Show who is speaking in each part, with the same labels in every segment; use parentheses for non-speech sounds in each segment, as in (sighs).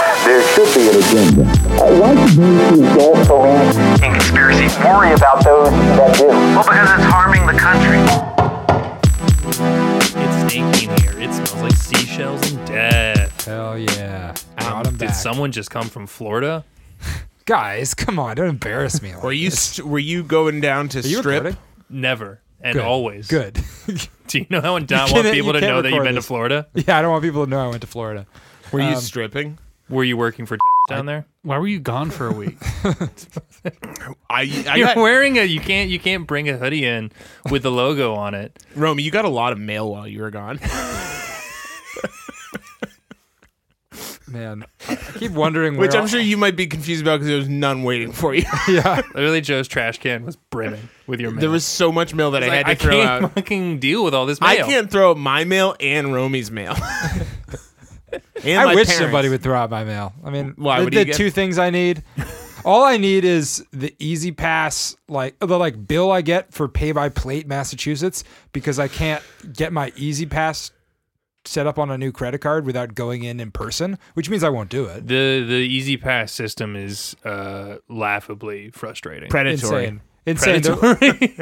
Speaker 1: should be an agenda. Uh, Why do you don't believe in conspiracy? Worry about those that do.
Speaker 2: Well, because it's harming the country.
Speaker 3: It's stinky in here. It smells like seashells and death.
Speaker 4: Hell yeah.
Speaker 3: Um,
Speaker 4: Brought him
Speaker 3: did
Speaker 4: back.
Speaker 3: someone just come from Florida?
Speaker 4: Guys, come on. Don't embarrass me. Like
Speaker 5: Were you
Speaker 4: this.
Speaker 5: st- were you going down to
Speaker 4: Are you
Speaker 5: strip?
Speaker 4: recording?
Speaker 3: Never and
Speaker 4: Good.
Speaker 3: always.
Speaker 4: Good.
Speaker 3: (laughs)
Speaker 4: (laughs)
Speaker 3: Do you know how and not want
Speaker 4: can't-
Speaker 3: people
Speaker 4: you
Speaker 3: to
Speaker 4: can't
Speaker 3: know that you've
Speaker 4: record
Speaker 3: been
Speaker 4: this.
Speaker 3: to Florida?
Speaker 4: yeah, I don't want people to know I went to Florida.
Speaker 5: Were you stripping?
Speaker 3: Were you working for down there?
Speaker 6: Why were you gone for a week?
Speaker 5: I, I
Speaker 3: (laughs) You're
Speaker 5: got,
Speaker 3: wearing a you can't you can't bring a hoodie in with the logo on it.
Speaker 5: Romy, you got a lot of mail while you were gone.
Speaker 4: Man, I I keep wondering where
Speaker 5: Which I'm
Speaker 4: all-
Speaker 5: sure you might be confused about because there was none waiting for you.
Speaker 4: (laughs)
Speaker 5: (laughs)
Speaker 4: Yeah.
Speaker 3: Literally, Joe's trash can was brimming with your mail.
Speaker 5: there was so much mail that I
Speaker 3: It's
Speaker 5: had
Speaker 3: like,
Speaker 5: to (laughs) throw
Speaker 3: can't (laughs)
Speaker 5: out.
Speaker 3: fucking deal with all this mail.
Speaker 5: I can't throw out my mail and Romy's mail. (laughs) and
Speaker 4: I
Speaker 5: my
Speaker 4: wish
Speaker 5: parents.
Speaker 4: somebody would throw out my mail. I mean,
Speaker 5: Why,
Speaker 4: the,
Speaker 5: what do you
Speaker 4: the
Speaker 5: get?
Speaker 4: two things
Speaker 5: (laughs)
Speaker 4: I need. All I need is the easy pass, like the like bill I get for pay by plate Massachusetts because I can't get my easy pass set up on a new credit card without going in in person, which means I won't do it.
Speaker 3: The the Easy Pass system is uh, laughably frustrating.
Speaker 5: predatory.
Speaker 4: Insane. Insane. They're-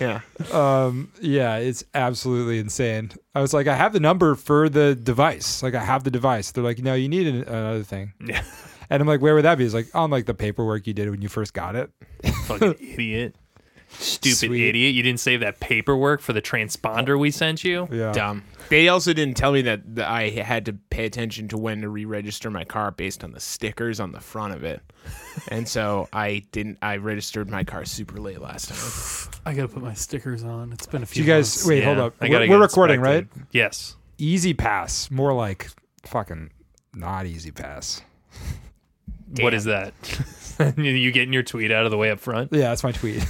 Speaker 5: Yeah.
Speaker 4: Um, yeah, it's absolutely insane. I was like, I have the number for the device. Like, I have the device. They're like, no, you need an- another thing.
Speaker 3: Yeah.
Speaker 4: And I'm like, where would that be? It's like on like the paperwork you did when you first got it.
Speaker 5: (laughs)
Speaker 3: fucking idiot. Stupid
Speaker 4: Sweet.
Speaker 3: idiot. You didn't save that paperwork for the transponder we sent you?
Speaker 4: Yeah.
Speaker 5: Dumb. um, They also didn't tell me that, that I had to pay attention to when to re-register my car based on the stickers on the front of it, and so I didn't. I registered my car super late last time.
Speaker 6: I gotta put my stickers on. It's been a few.
Speaker 4: You guys,
Speaker 6: months.
Speaker 4: wait, hold
Speaker 3: Yeah,
Speaker 4: up.
Speaker 3: I
Speaker 4: We're,
Speaker 3: gotta
Speaker 4: we're
Speaker 3: get
Speaker 4: recording, right?
Speaker 3: inspected. Yes.
Speaker 4: Easy pass, more like fucking not easy pass.
Speaker 3: What is that? (laughs) You- you getting your tweet out of the way
Speaker 5: (laughs)
Speaker 3: up front?
Speaker 4: Yeah, that's my tweet.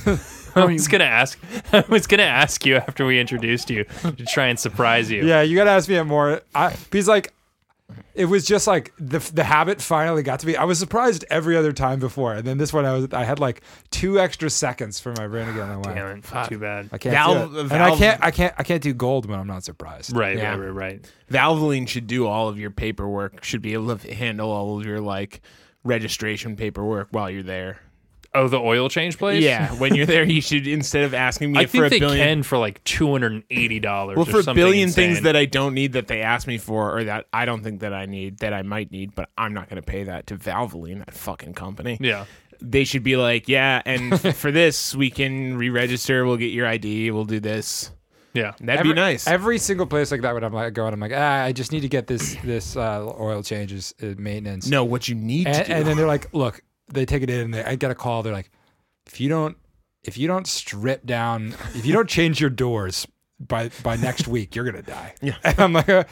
Speaker 3: I was gonna ask. (laughs) I was gonna ask you after we introduced you to try and surprise you.
Speaker 4: (laughs) yeah, you gotta ask me more. I he's like, it was just like the the habit finally got to me. I was surprised every other time before, and then this one I was I had like two extra seconds for my brain to get in the way.
Speaker 3: Damn it, Too bad.
Speaker 4: I can't
Speaker 5: Valve-
Speaker 4: do it. and I
Speaker 5: Valve-
Speaker 4: can't I can't I can't do gold when I'm not surprised.
Speaker 3: Right,
Speaker 5: Yeah.
Speaker 3: right, right, right.
Speaker 5: Valvoline should do all of your paperwork. Should be able to handle all of your like registration paperwork while you're there.
Speaker 3: Oh, the oil change place?
Speaker 5: Yeah, when you're there, you should instead of asking me
Speaker 3: I
Speaker 5: for
Speaker 3: think
Speaker 5: a
Speaker 3: they
Speaker 5: billion.
Speaker 3: can for like two hundred and eighty dollars.
Speaker 5: well,
Speaker 3: or
Speaker 5: for a
Speaker 3: something
Speaker 5: billion things
Speaker 3: insane.
Speaker 5: that I don't need that they ask me for, or that I don't think that I need, that I might need, but I'm not going to pay that to Valvoline, that fucking company.
Speaker 3: yeah,
Speaker 5: They should be like, yeah, and f- (laughs) for this, we can re register. We'll get your ID. We'll do this.
Speaker 3: yeah.
Speaker 5: That'd
Speaker 4: Every,
Speaker 5: be nice.
Speaker 4: Every single place like that when I'm like going, I'm like, ah, I just need to get this (clears throat) this uh, oil changes uh, maintenance.
Speaker 5: no, what you need to
Speaker 4: and,
Speaker 5: do.
Speaker 4: and then they're like, look, they take it in. And they, I get a call. They're like, if you don't, if you don't strip down, if you don't change your doors by by next week, you're
Speaker 5: (laughs)
Speaker 4: gonna die. Yeah. And I'm like, uh,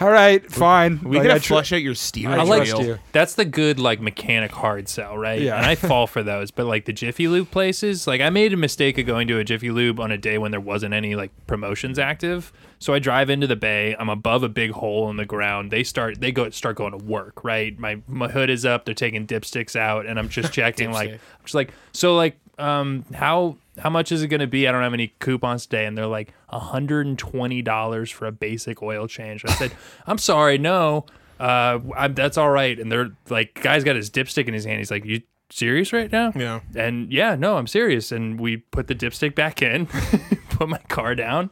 Speaker 4: all right, fine.
Speaker 5: we
Speaker 4: like,
Speaker 5: gotta
Speaker 4: I tr-
Speaker 5: flush out your steering
Speaker 4: I
Speaker 5: wheel.
Speaker 4: trust you.
Speaker 3: That's the good like mechanic hard sell, right?
Speaker 4: Yeah.
Speaker 3: And I fall
Speaker 4: (laughs)
Speaker 3: for those. But like the Jiffy Lube places, like I made a mistake of going to a Jiffy Lube on a day when there wasn't any like promotions active. So I drive into the bay. I'm above a big hole in the ground. They start they go start going to work, right? My my hood is up. They're taking dipsticks out, and I'm
Speaker 4: (laughs)
Speaker 3: just checking like I'm just like so like um how how much is it going to be? I don't have any coupons today. And they're like $120 for a basic oil change. I said, (laughs) I'm sorry, no, uh, I'm, that's all right. And they're like, guy's got his dipstick in his hand. He's like, you serious right now?
Speaker 5: Yeah.
Speaker 3: And yeah, no, I'm serious. And we put the dipstick back in, (laughs) put my car down.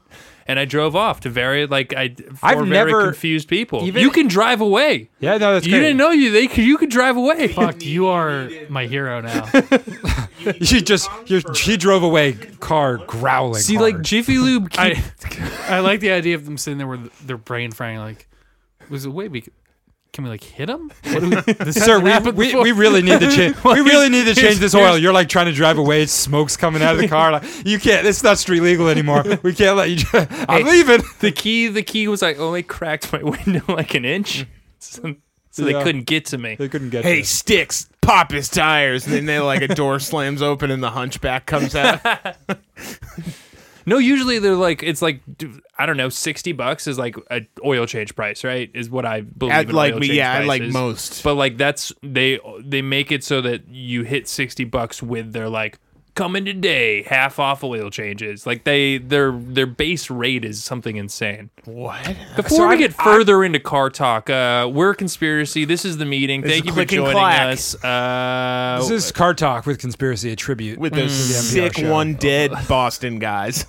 Speaker 3: And I drove off to very like I for
Speaker 4: I've
Speaker 3: very
Speaker 4: never-
Speaker 3: confused people.
Speaker 4: even-
Speaker 3: you can drive away.
Speaker 4: Yeah, no, that's
Speaker 3: you
Speaker 4: great.
Speaker 3: didn't know you they could, you could drive away.
Speaker 4: (laughs)
Speaker 6: Fuck, you are my hero now.
Speaker 4: She just (laughs) you she drove away, car
Speaker 3: (laughs)
Speaker 4: growling.
Speaker 3: See, like
Speaker 4: hard.
Speaker 3: Jiffy Lube.
Speaker 6: I,
Speaker 3: keep-
Speaker 6: I like the idea of them sitting there with their brain frying. Like, was it way we c- can we like hit him? What do
Speaker 4: (laughs)
Speaker 6: we, this
Speaker 4: Sir,
Speaker 6: hasn't
Speaker 4: we,
Speaker 6: happened
Speaker 4: we,
Speaker 6: before.
Speaker 4: we really need to change. We really need to change this oil.
Speaker 6: here's-
Speaker 4: You're like trying to drive away. Smoke's coming out of the car. Like, you can't. It's not street legal anymore. We can't let you. Drive. I'm leaving.
Speaker 3: (laughs) the key the key was I only cracked my (laughs) window like an inch, (laughs) so, so they
Speaker 4: Yeah.
Speaker 3: couldn't get to me.
Speaker 4: They couldn't get.
Speaker 5: Hey,
Speaker 4: this.
Speaker 5: sticks, pop his tires. And then they like a
Speaker 4: (laughs)
Speaker 5: door slams open and the hunchback comes out.
Speaker 3: No, usually they're like it's like dude, I don't know, sixty bucks is like a oil change price, right? Is what I believe.
Speaker 5: At
Speaker 3: in
Speaker 5: like
Speaker 3: oil
Speaker 5: me,
Speaker 3: change
Speaker 5: yeah, at like
Speaker 3: prices.
Speaker 5: most.
Speaker 3: But like that's they they make it so that you hit sixty bucks with their like coming today, half off oil changes. Like they their their base rate is something insane.
Speaker 5: What?
Speaker 3: Before we get further into car talk, uh, we're conspiracy. This is the meeting.
Speaker 5: This
Speaker 3: Thank
Speaker 5: is
Speaker 3: you for
Speaker 5: Click and
Speaker 3: joining
Speaker 5: Clack.
Speaker 3: us. Uh,
Speaker 4: This is Car Talk with Conspiracy, a tribute.
Speaker 5: With those
Speaker 4: the NPR
Speaker 5: sick
Speaker 4: show.
Speaker 5: one dead Boston guys.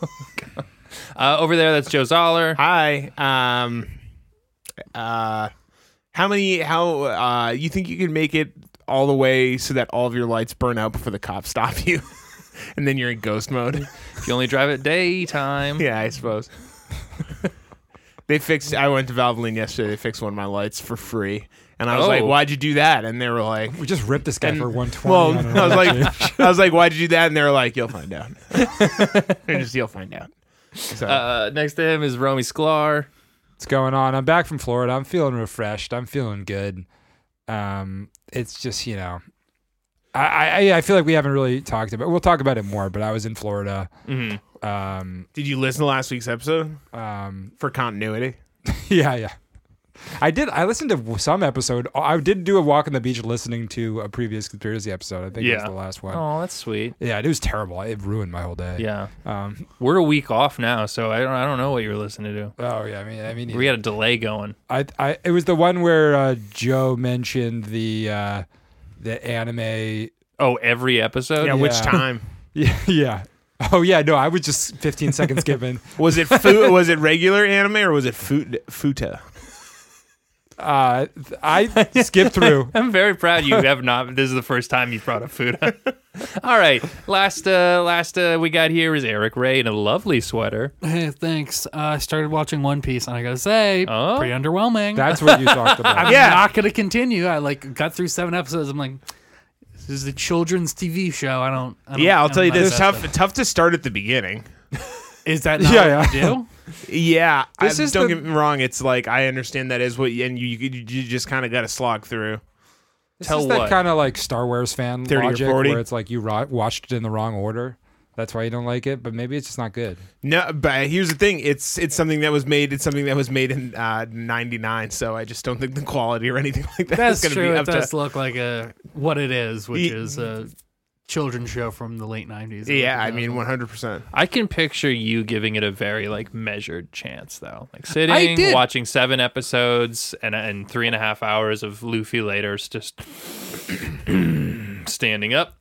Speaker 3: uh, over there, that's Joe Zoller.
Speaker 5: Hi. Um. Uh, how many? How? Uh, you think you could make it all the way so that all of your lights burn out before the cops stop (laughs) you, and then you're in ghost mode?
Speaker 3: You only drive at
Speaker 5: (laughs)
Speaker 3: daytime.
Speaker 5: yeah, I suppose. (laughs) they fixed. I went to Valvoline yesterday. They fixed one of my lights for free, and I was
Speaker 3: Oh.
Speaker 5: like, "Why'd you do that?" And they were like.
Speaker 4: We just ripped this guy for
Speaker 5: (laughs)
Speaker 4: 120.
Speaker 5: Well,
Speaker 4: on an
Speaker 5: I was
Speaker 4: electric.
Speaker 5: like, I was like, why'd you do that? And they were like, you'll find (laughs) out. They're just, you'll find out. So,
Speaker 3: Uh, next to him is Romy Sklar.
Speaker 4: what's going on? I'm back from Florida. I'm feeling refreshed. I'm feeling good. Um, it's just you know, I I, I feel like we haven't really talked about. We'll talk about it more. But I was in Florida. Um,
Speaker 5: did you listen to last week's episode
Speaker 4: um,
Speaker 5: for continuity?
Speaker 4: (laughs) yeah, yeah. I did. I listened to some episode. I did do a walk on the beach listening to a previous conspiracy episode. I think it was
Speaker 3: Yeah.
Speaker 4: the last
Speaker 6: (laughs)
Speaker 4: one.
Speaker 3: Oh, that's sweet.
Speaker 4: Yeah, it was terrible. It ruined my whole day.
Speaker 3: Yeah,
Speaker 4: Um.
Speaker 3: we're a week off now, so I don't I don't know what you were listening to.
Speaker 4: Oh yeah. I mean. I mean.
Speaker 3: We had a delay going.
Speaker 4: I, I it was the one where uh, Joe mentioned the uh, the anime. (laughs)
Speaker 3: Oh, every episode.
Speaker 5: Yeah, which
Speaker 4: Yeah.
Speaker 5: time?
Speaker 4: Yeah, yeah. Oh yeah. No, I was just 15
Speaker 3: (laughs)
Speaker 4: seconds given.
Speaker 5: Was it fu- (laughs) was it regular anime or was it fu- futa?
Speaker 4: Uh, th- I skipped through.
Speaker 3: (laughs) I'm very proud you have not. This is the first time you brought up food. (laughs) All right, last uh, last uh, we got here is Eric Ray in a lovely sweater.
Speaker 6: Hey, thanks. Uh, I started watching One Piece, and I gotta say,
Speaker 3: Oh.
Speaker 6: pretty underwhelming.
Speaker 4: That's what you talked about.
Speaker 5: Yeah.
Speaker 6: I'm not gonna continue. I like got through seven episodes. I'm like, this is a children's TV show. I don't. I don't
Speaker 5: Yeah, I'll
Speaker 6: I'm
Speaker 5: tell you
Speaker 6: not
Speaker 5: this:
Speaker 6: invested.
Speaker 5: tough tough to start at the beginning.
Speaker 6: Is that not
Speaker 4: (laughs) Yeah,
Speaker 6: what you
Speaker 4: yeah.
Speaker 6: do?
Speaker 5: Yeah,
Speaker 4: This
Speaker 5: I,
Speaker 4: is
Speaker 5: don't
Speaker 4: the-
Speaker 5: get me wrong. It's like I understand that is what, and you you, you just kind of got to slog through.
Speaker 4: This
Speaker 3: Tell
Speaker 4: is that
Speaker 3: what?
Speaker 4: kind of like Star Wars fan
Speaker 5: 30 or
Speaker 4: logic
Speaker 5: 40?
Speaker 4: where it's like you ro- watched it in the wrong order. That's why you don't like it. But maybe it's just not good.
Speaker 5: No, but here's the thing: it's it's something that was made. It's something that was made in uh, '99. So I just don't think the quality or anything (laughs) like that
Speaker 6: That's
Speaker 5: is going
Speaker 6: true.
Speaker 5: be
Speaker 6: It
Speaker 5: up
Speaker 6: does
Speaker 5: to.
Speaker 6: look like a what it is, which
Speaker 5: Ye-
Speaker 6: is a children's show from the late '90s.
Speaker 5: Yeah, I mean, 100. percent
Speaker 3: I can picture you giving it a very like measured chance though, like
Speaker 6: I
Speaker 3: sitting
Speaker 6: did.
Speaker 3: watching seven episodes and and three and a half hours of Luffy later is just standing up.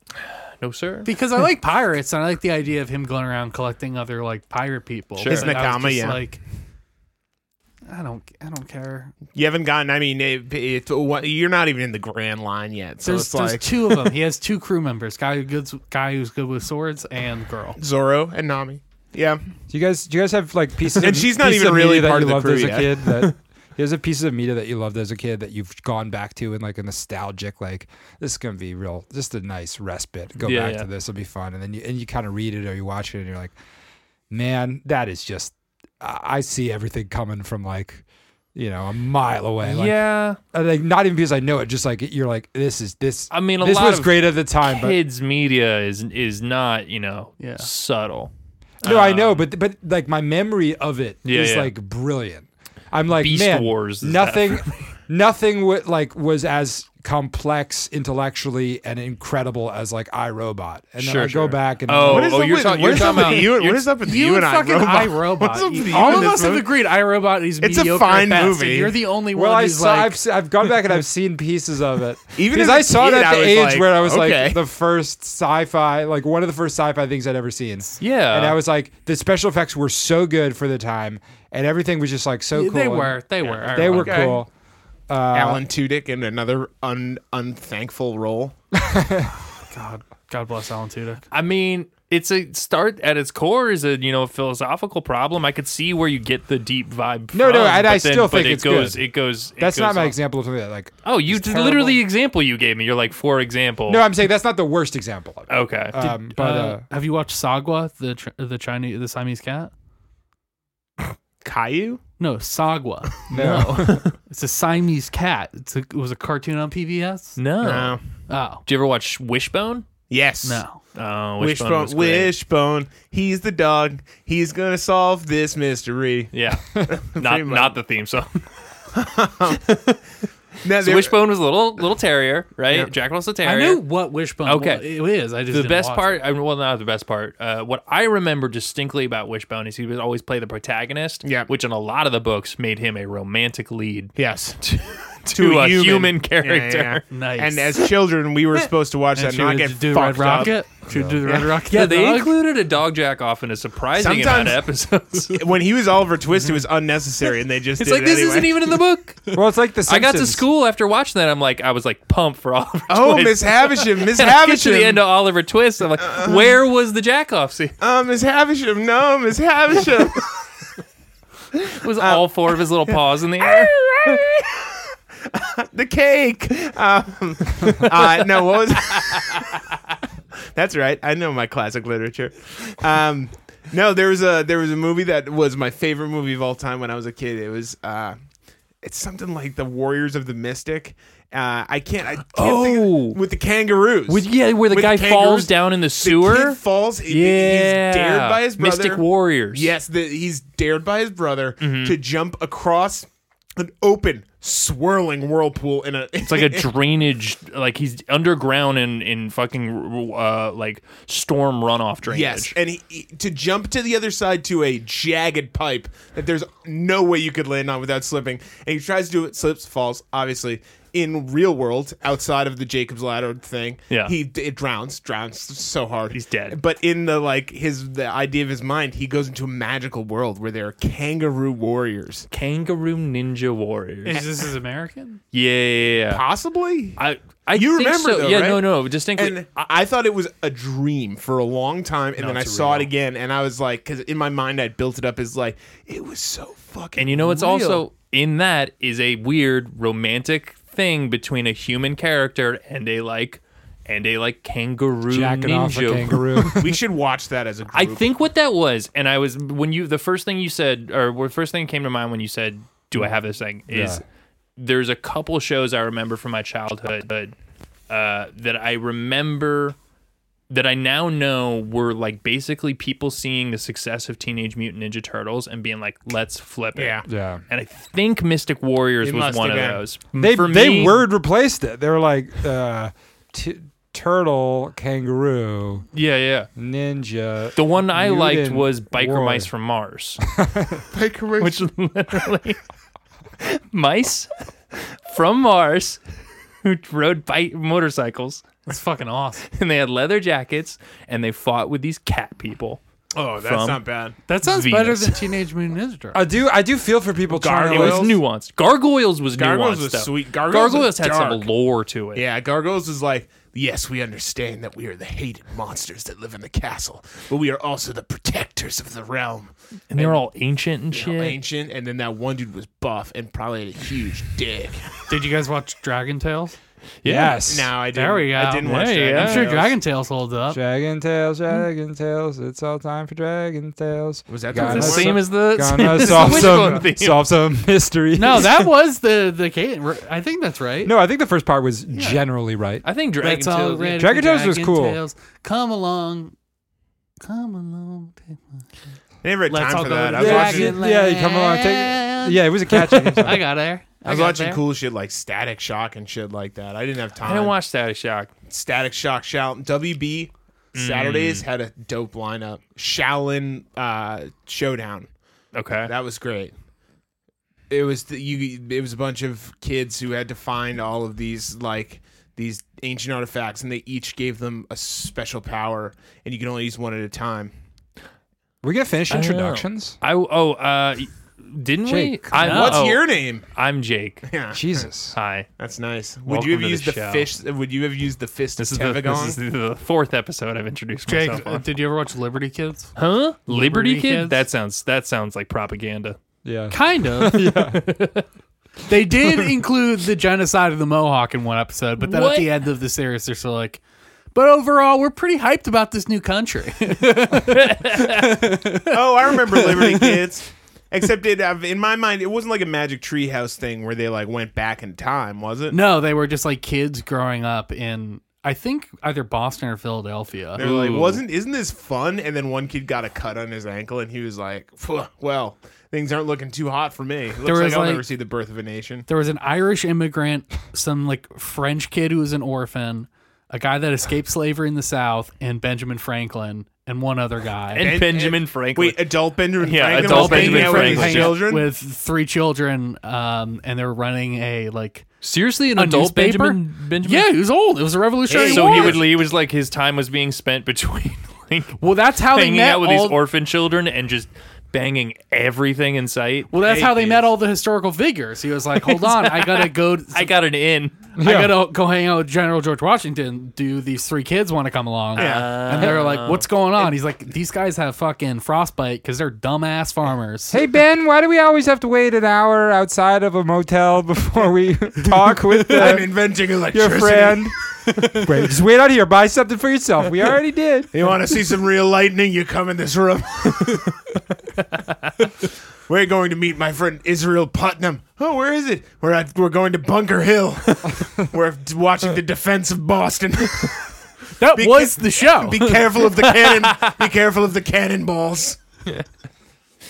Speaker 3: No sir.
Speaker 6: because I like pirates and I like the idea of him going around collecting other like pirate people.
Speaker 3: Sure. His
Speaker 6: But I was
Speaker 5: Nakama,
Speaker 6: just
Speaker 5: yeah.
Speaker 6: Like, I don't, I don't care.
Speaker 5: You haven't gotten. I mean, it, it, what, you're not even in the grand line yet. So
Speaker 6: there's
Speaker 5: it's
Speaker 6: there's
Speaker 5: like
Speaker 6: two of them. He has two crew members: guy who good, guy who's good with swords, and girl.
Speaker 5: Zoro and Nami. Yeah,
Speaker 4: Do you guys? Do you guys have
Speaker 5: (laughs)
Speaker 4: like pieces?
Speaker 5: And
Speaker 4: of,
Speaker 5: she's not
Speaker 4: pieces
Speaker 5: even
Speaker 4: of
Speaker 5: really
Speaker 4: media that
Speaker 5: part
Speaker 4: you
Speaker 5: of the
Speaker 4: loved
Speaker 5: crew
Speaker 4: as a
Speaker 5: yet. (laughs)
Speaker 4: kid. That there's a piece of media that you loved as a kid that you've gone back to in like a nostalgic like this is gonna be real just a nice respite. Go
Speaker 3: Yeah,
Speaker 4: back
Speaker 3: yeah.
Speaker 4: to this, it'll be fun. And then you and you kind of read it or you watch it and you're like, man, that is just I I see everything coming from like you know a mile away. Like,
Speaker 3: yeah,
Speaker 4: I think not even because I know it, just like you're like this is this.
Speaker 3: I mean, a
Speaker 4: this
Speaker 3: lot
Speaker 4: was
Speaker 3: of
Speaker 4: great at the time, but
Speaker 3: kids media is is not you know
Speaker 6: Yeah.
Speaker 3: subtle.
Speaker 4: No, I know, but but like my memory of it is
Speaker 3: um, Yeah, yeah.
Speaker 4: like brilliant. I'm like
Speaker 3: Beast
Speaker 4: man,
Speaker 3: Wars is
Speaker 4: nothing,
Speaker 3: (laughs)
Speaker 4: nothing w- like was as complex intellectually and incredible as like iRobot. And then
Speaker 3: Sure,
Speaker 4: I
Speaker 3: sure.
Speaker 4: go back and
Speaker 3: Oh,
Speaker 5: What is
Speaker 3: oh,
Speaker 5: up
Speaker 3: you're,
Speaker 5: with-
Speaker 3: talking-
Speaker 5: what
Speaker 3: you're
Speaker 5: is up
Speaker 3: talking
Speaker 5: with
Speaker 3: about
Speaker 5: you? and- What is up with you, and I,
Speaker 6: fucking
Speaker 5: robot? What's up
Speaker 6: iRobot.
Speaker 5: with
Speaker 6: You-
Speaker 5: you
Speaker 6: All
Speaker 5: in
Speaker 6: of
Speaker 5: this
Speaker 6: us have
Speaker 5: movie?
Speaker 6: agreed iRobot is
Speaker 5: It's a
Speaker 6: mediocre at
Speaker 5: fine
Speaker 6: best, and
Speaker 5: movie.
Speaker 6: You're the only
Speaker 4: well,
Speaker 6: one
Speaker 4: I
Speaker 6: who's
Speaker 4: saw,
Speaker 6: like,
Speaker 4: I've se- I've gone back and I've seen pieces of it.
Speaker 5: Even
Speaker 4: because
Speaker 5: as a
Speaker 4: I saw it
Speaker 5: kid,
Speaker 4: at
Speaker 5: I
Speaker 4: the
Speaker 5: was
Speaker 4: age
Speaker 5: like,
Speaker 4: where I was
Speaker 5: okay.
Speaker 4: like the first sci-fi, like one of the first sci-fi things I'd ever seen.
Speaker 3: Yeah.
Speaker 4: and I was like, the special effects were so good for the time, and everything was just like so cool.
Speaker 6: they
Speaker 4: and-
Speaker 6: were, they were,
Speaker 4: They were
Speaker 5: Okay.
Speaker 4: cool.
Speaker 5: Alan Tudyk in another un, unthankful role.
Speaker 6: God, God bless Alan Tudyk.
Speaker 3: I mean, it's a start at its core is a you know philosophical problem. I could see where you get the deep vibe.
Speaker 4: No, no,
Speaker 3: from, but
Speaker 4: and I
Speaker 3: then-
Speaker 4: still
Speaker 3: but
Speaker 4: think
Speaker 3: it
Speaker 4: it's
Speaker 3: goes.
Speaker 4: good.
Speaker 3: It goes. it
Speaker 4: That's
Speaker 3: goes
Speaker 4: not my
Speaker 3: on.
Speaker 4: example of something that like.
Speaker 3: Oh, you
Speaker 4: is
Speaker 3: did
Speaker 4: terrible.
Speaker 3: literally the example you gave me. You're like, for example.
Speaker 4: No, I'm saying that's not the worst example. Of it.
Speaker 3: okay.
Speaker 4: Um, but
Speaker 6: Uh,
Speaker 4: uh,
Speaker 6: have you watched Sagwa, the tr- the Chinese, the Siamese cat?
Speaker 5: Caillou.
Speaker 6: No, Sagwa.
Speaker 4: no.
Speaker 6: it's a Siamese cat. It's a, it was a cartoon on PBS.
Speaker 3: no.
Speaker 5: No.
Speaker 6: Oh
Speaker 3: Do you ever watch Wishbone?
Speaker 5: Yes.
Speaker 6: no,
Speaker 3: Oh, Wishbone.
Speaker 5: Wishbone.
Speaker 3: was great.
Speaker 5: Wishbone. He's the dog. He's gonna solve (laughs) this mystery.
Speaker 3: Yeah. not
Speaker 5: (laughs) much.
Speaker 3: not the theme song.
Speaker 5: Now,
Speaker 3: So
Speaker 5: there-
Speaker 3: Wishbone was a little little terrier, right? Jack Russell
Speaker 6: I
Speaker 3: Terrier.
Speaker 6: know what Wishbone
Speaker 3: Okay.
Speaker 6: wa- it is. I just
Speaker 3: the
Speaker 6: didn't
Speaker 3: best
Speaker 6: watch
Speaker 3: part,
Speaker 6: it.
Speaker 3: I, well, not the best part. Uh, what I remember distinctly about Wishbone is he would always play the protagonist,
Speaker 5: Yeah.
Speaker 3: which in a lot of the books made him a romantic lead
Speaker 5: (laughs) Yes.
Speaker 3: to, to a human, character.
Speaker 5: Yeah, yeah.
Speaker 6: Nice.
Speaker 5: And as children, we were supposed to watch
Speaker 6: And
Speaker 5: that,
Speaker 6: she
Speaker 5: not
Speaker 6: would
Speaker 5: get
Speaker 6: do
Speaker 5: fucked
Speaker 6: Red
Speaker 5: up.
Speaker 6: Rocket. She would do the Red Rocket.
Speaker 3: Yeah, they
Speaker 6: dog.
Speaker 3: included a dog jack off in a surprising amount of episodes. it's
Speaker 5: (laughs) When (laughs) he was Oliver Twist, it was unnecessary, and they just did
Speaker 3: Mm-hmm. like
Speaker 5: it
Speaker 3: this
Speaker 5: anyway.
Speaker 3: isn't even in the book.
Speaker 4: Well, it's like the
Speaker 3: I got to
Speaker 4: Simpsons.
Speaker 3: school after watching that. I'm like, I was like pumped for Oliver. (laughs)
Speaker 5: Oh,
Speaker 3: Twist.
Speaker 5: Miss Havisham, Miss
Speaker 3: And I (laughs) get to the
Speaker 5: Havisham,
Speaker 3: end of Oliver Twist. I'm like, where was the jack
Speaker 5: (laughs)
Speaker 3: off scene?
Speaker 5: uh, Miss Havisham, no, Miss
Speaker 3: (laughs)
Speaker 5: Havisham.
Speaker 3: It
Speaker 5: Uh,
Speaker 3: was all four of his little paws in
Speaker 5: (laughs)
Speaker 3: the air.
Speaker 5: the cake. Um, uh, no, what was? (laughs) That's right. I know my classic literature. Um, no, there was a there was a movie that was my favorite movie of all time when I was a kid. It was uh, it's something like the Warriors of the Mystic. Uh, I can't. I can't
Speaker 3: Oh.
Speaker 5: think of, with the kangaroos.
Speaker 3: With, yeah, where the
Speaker 5: With
Speaker 3: guy falls
Speaker 5: kangaroos.
Speaker 3: down in the
Speaker 5: The
Speaker 3: sewer.
Speaker 5: kid falls. he-
Speaker 3: yeah,
Speaker 5: he's dared by his brother.
Speaker 3: Mystic Warriors.
Speaker 5: Yes, the, he's dared by his brother
Speaker 3: Mm-hmm.
Speaker 5: to jump across an open, swirling whirlpool in a.
Speaker 3: It's
Speaker 5: (laughs)
Speaker 3: like a drainage, like he's underground in in fucking uh, like storm runoff drainage.
Speaker 5: Yes, and he, he- to jump to the other side to a jagged pipe that there's no way you could land on without slipping, and he tries to do it, slips, falls. Obviously, in real world, outside of the Jacob's ladder thing,
Speaker 3: Yeah.
Speaker 5: he it drowns, drowns so hard,
Speaker 3: He's dead.
Speaker 5: But in the like his the idea of his mind, he goes into a magical world where there are kangaroo warriors.
Speaker 3: Kangaroo Ninja Warriors.
Speaker 6: Is this is American?
Speaker 3: Yeah, yeah, yeah.
Speaker 5: Possibly,
Speaker 3: I, I
Speaker 5: You
Speaker 3: think
Speaker 5: remember
Speaker 3: so.
Speaker 5: though,
Speaker 3: yeah,
Speaker 5: right?
Speaker 3: no, no, distinctly.
Speaker 5: and I I thought it was a dream for a long time, and then I
Speaker 3: it's
Speaker 5: saw it
Speaker 3: real.
Speaker 5: again, and I was like, because in my mind I built it up as like it was so fucking.
Speaker 3: and you know, it's
Speaker 5: real.
Speaker 3: also in that is a weird romantic thing between a human character and a like and a like kangaroo
Speaker 4: jacking
Speaker 3: ninja.
Speaker 4: off a kangaroo.
Speaker 5: (laughs) we should watch that as a group.
Speaker 3: I think what that was, and I was when you the first thing you said, or the first thing that came to mind when you said, "Do I have this thing?" Is
Speaker 4: Yeah.
Speaker 3: there's a couple shows I remember from my childhood, but uh, that I remember that I now know were like basically people seeing the success of Teenage Mutant Ninja Turtles and being like, "Let's flip it."
Speaker 5: Yeah.
Speaker 4: yeah.
Speaker 3: And I think Mystic Warriors
Speaker 5: It
Speaker 3: was
Speaker 5: must
Speaker 3: one of
Speaker 5: have been.
Speaker 3: those.
Speaker 4: They
Speaker 3: For
Speaker 4: they
Speaker 3: me-
Speaker 4: word replaced it. They were like uh, t- turtle, kangaroo,
Speaker 3: yeah, yeah.
Speaker 4: ninja.
Speaker 3: The one I liked
Speaker 4: Mutant
Speaker 3: was Biker
Speaker 4: Warrior.
Speaker 3: Mice from
Speaker 4: (laughs)
Speaker 3: Mars.
Speaker 5: Piker
Speaker 3: which literally (laughs) mice from Mars who rode bike motorcycles
Speaker 6: That's fucking awesome.
Speaker 3: and they had leather jackets and they fought with these cat people.
Speaker 5: oh, that's
Speaker 3: from-
Speaker 5: not bad.
Speaker 6: That sounds
Speaker 3: Venus.
Speaker 6: better than Teenage Mutant Ninja Turtles.
Speaker 4: I do I do feel for people trying
Speaker 3: It
Speaker 4: to
Speaker 3: was
Speaker 4: like,
Speaker 5: Gargoyles?
Speaker 3: nuanced. Gargoyles was
Speaker 5: Gargoyles
Speaker 3: nuanced.
Speaker 5: was
Speaker 3: though.
Speaker 5: sweet.
Speaker 3: Gargoyles,
Speaker 5: Gargoyles was
Speaker 3: had some
Speaker 5: dark.
Speaker 3: lore to it.
Speaker 5: Yeah, Gargoyles is like, yes, we understand that we are the hated monsters that live in the castle, but we are also the protectors of the realm.
Speaker 3: And they're all ancient and
Speaker 5: How
Speaker 3: shit.
Speaker 5: Ancient, and then that one dude was buff and probably had a huge
Speaker 3: (laughs)
Speaker 5: dick.
Speaker 6: Did you guys watch Dragon Tales?
Speaker 4: yes.
Speaker 5: no, I didn't.
Speaker 6: There we go.
Speaker 5: I didn't watch
Speaker 3: There you
Speaker 5: that.
Speaker 3: go.
Speaker 6: I'm sure Dragon Tales holds up.
Speaker 4: Dragon
Speaker 5: Hmm?
Speaker 4: tails, dragon tails. It's all time for dragon tails.
Speaker 5: Was that the
Speaker 4: Gonna
Speaker 3: The
Speaker 5: That's
Speaker 3: same
Speaker 4: so-
Speaker 3: as the,
Speaker 4: (laughs)
Speaker 5: (laughs)
Speaker 3: same
Speaker 4: Gonna
Speaker 3: as the
Speaker 4: solve
Speaker 3: Wishbone
Speaker 4: some,
Speaker 3: theme.
Speaker 4: solve some (laughs) mystery.
Speaker 6: No, that was the the Kate. I think that's
Speaker 4: (laughs)
Speaker 6: right.
Speaker 4: no. I think the first part was generally right.
Speaker 3: I think Dragon
Speaker 6: that's all.
Speaker 3: Tales.
Speaker 6: ready
Speaker 4: Dragon
Speaker 6: for
Speaker 4: Tales was
Speaker 6: Dragon
Speaker 4: cool.
Speaker 6: Tales. Come along, come along.
Speaker 5: I never had
Speaker 6: Let's
Speaker 5: time
Speaker 6: all
Speaker 5: for
Speaker 6: go
Speaker 5: that.
Speaker 6: to
Speaker 5: I was
Speaker 4: yeah,
Speaker 5: watching.
Speaker 6: Dragon-
Speaker 4: you- yeah, you come along. Take,
Speaker 5: Uh,
Speaker 6: Land.
Speaker 4: yeah, it was
Speaker 5: (laughs)
Speaker 4: a catchy. name song.
Speaker 6: (laughs) I got there.
Speaker 5: I was
Speaker 6: got
Speaker 5: watching
Speaker 6: there.
Speaker 5: cool shit like Static Shock and shit like that. I didn't have time.
Speaker 3: I didn't watch Static Shock.
Speaker 5: Static Shock Shaolin. WB Saturdays
Speaker 3: Mm.
Speaker 5: had a dope lineup. Shaolin uh, Showdown.
Speaker 3: Okay.
Speaker 5: That was great. It was the, you. It was a bunch of kids who had to find all of these like these ancient artifacts, and they each gave them a special power, and you can only use one at a time.
Speaker 4: We're gonna finish
Speaker 3: don't know.
Speaker 4: introductions.
Speaker 3: I oh uh didn't
Speaker 4: Jake.
Speaker 3: we? I,
Speaker 6: No.
Speaker 5: What's
Speaker 3: oh,
Speaker 5: your name? (laughs)
Speaker 3: I'm Jake.
Speaker 5: Yeah,
Speaker 4: Jesus.
Speaker 3: Hi.
Speaker 5: that's nice. Would
Speaker 3: Welcome
Speaker 5: you have
Speaker 3: to the
Speaker 5: used the,
Speaker 3: show.
Speaker 5: fish? Would you have used the fist
Speaker 3: This
Speaker 5: of
Speaker 3: is, the, this is
Speaker 5: Tevagong?
Speaker 3: the fourth episode I've introduced
Speaker 6: Jake,
Speaker 3: myself
Speaker 6: uh,
Speaker 3: on.
Speaker 6: did you ever watch Liberty Kids?
Speaker 3: Huh? Liberty,
Speaker 6: Liberty
Speaker 3: Kid?
Speaker 6: Kids?
Speaker 3: That sounds that sounds like propaganda.
Speaker 4: Yeah. (laughs)
Speaker 6: Kind of. (laughs) they did include the genocide of the Mohawk in one episode, but then
Speaker 3: What?
Speaker 6: at the end of the series, they're still like, but overall, we're pretty hyped about this new country. (laughs)
Speaker 5: oh, I remember Liberty Kids. Except it, I've- in my mind, it wasn't like a Magic Tree House thing where they like went back in time, was it?
Speaker 6: no, they were just like kids growing up in I think either Boston or Philadelphia.
Speaker 5: They're like,
Speaker 3: Ooh.
Speaker 5: wasn't isn't this fun? And then one kid got a cut on his ankle, and he was like, "Phew, "Well, things aren't looking too hot for me. Looks
Speaker 6: was
Speaker 5: like I'll
Speaker 6: like-
Speaker 5: never see the birth of a nation."
Speaker 6: There was an Irish immigrant, some like French kid who was an orphan, a guy that escaped slavery in the South, and Benjamin Franklin, and one other guy.
Speaker 3: And,
Speaker 5: And-
Speaker 3: Benjamin
Speaker 5: and-
Speaker 3: Franklin.
Speaker 5: Wait, adult Benjamin
Speaker 3: Yeah,
Speaker 5: Franklin
Speaker 3: adult
Speaker 5: was hanging
Speaker 3: Benjamin
Speaker 5: out with his
Speaker 3: Franklin.
Speaker 5: children.
Speaker 6: with three children, um, and they're running a like
Speaker 3: Seriously, an
Speaker 6: a
Speaker 3: adult
Speaker 6: newspaper?
Speaker 3: Benjamin? Benjamin?
Speaker 6: Yeah, he was old. It was a revolutionary
Speaker 3: so he
Speaker 6: war.
Speaker 3: would. He was like his time was being spent between (laughs) like
Speaker 6: Well, that's how they
Speaker 3: hanging
Speaker 6: met
Speaker 3: out with
Speaker 6: all,
Speaker 3: these orphan children and just banging everything in sight.
Speaker 6: Well, that's
Speaker 5: Hey,
Speaker 6: how they met
Speaker 5: kids.
Speaker 6: all the historical figures. He was like, "Hold on, I
Speaker 3: (laughs)
Speaker 6: gotta go.
Speaker 3: I got an in.
Speaker 6: I gotta go hang out with General George Washington. Do these three kids want to come along?"
Speaker 5: Yeah.
Speaker 6: and they're like, "What's going on?" He's like, "These guys have fucking frostbite because they're dumbass farmers."
Speaker 4: Hey Ben, why do we always have to wait an hour outside of a motel (laughs) before we talk with uh,
Speaker 5: (laughs) I'm inventing
Speaker 4: your
Speaker 5: electricity. (laughs)
Speaker 4: friend? wait, just wait out here. Buy something for yourself. We already did.
Speaker 5: You want to see some real lightning? You come in this room. (laughs) we're going to meet my friend Israel Putnam. Oh, where is it? We're at, we're going to Bunker Hill. we're watching the defense of Boston.
Speaker 6: that
Speaker 5: Be-
Speaker 6: was the show.
Speaker 5: Be careful of the cannon. Be careful of the cannonballs.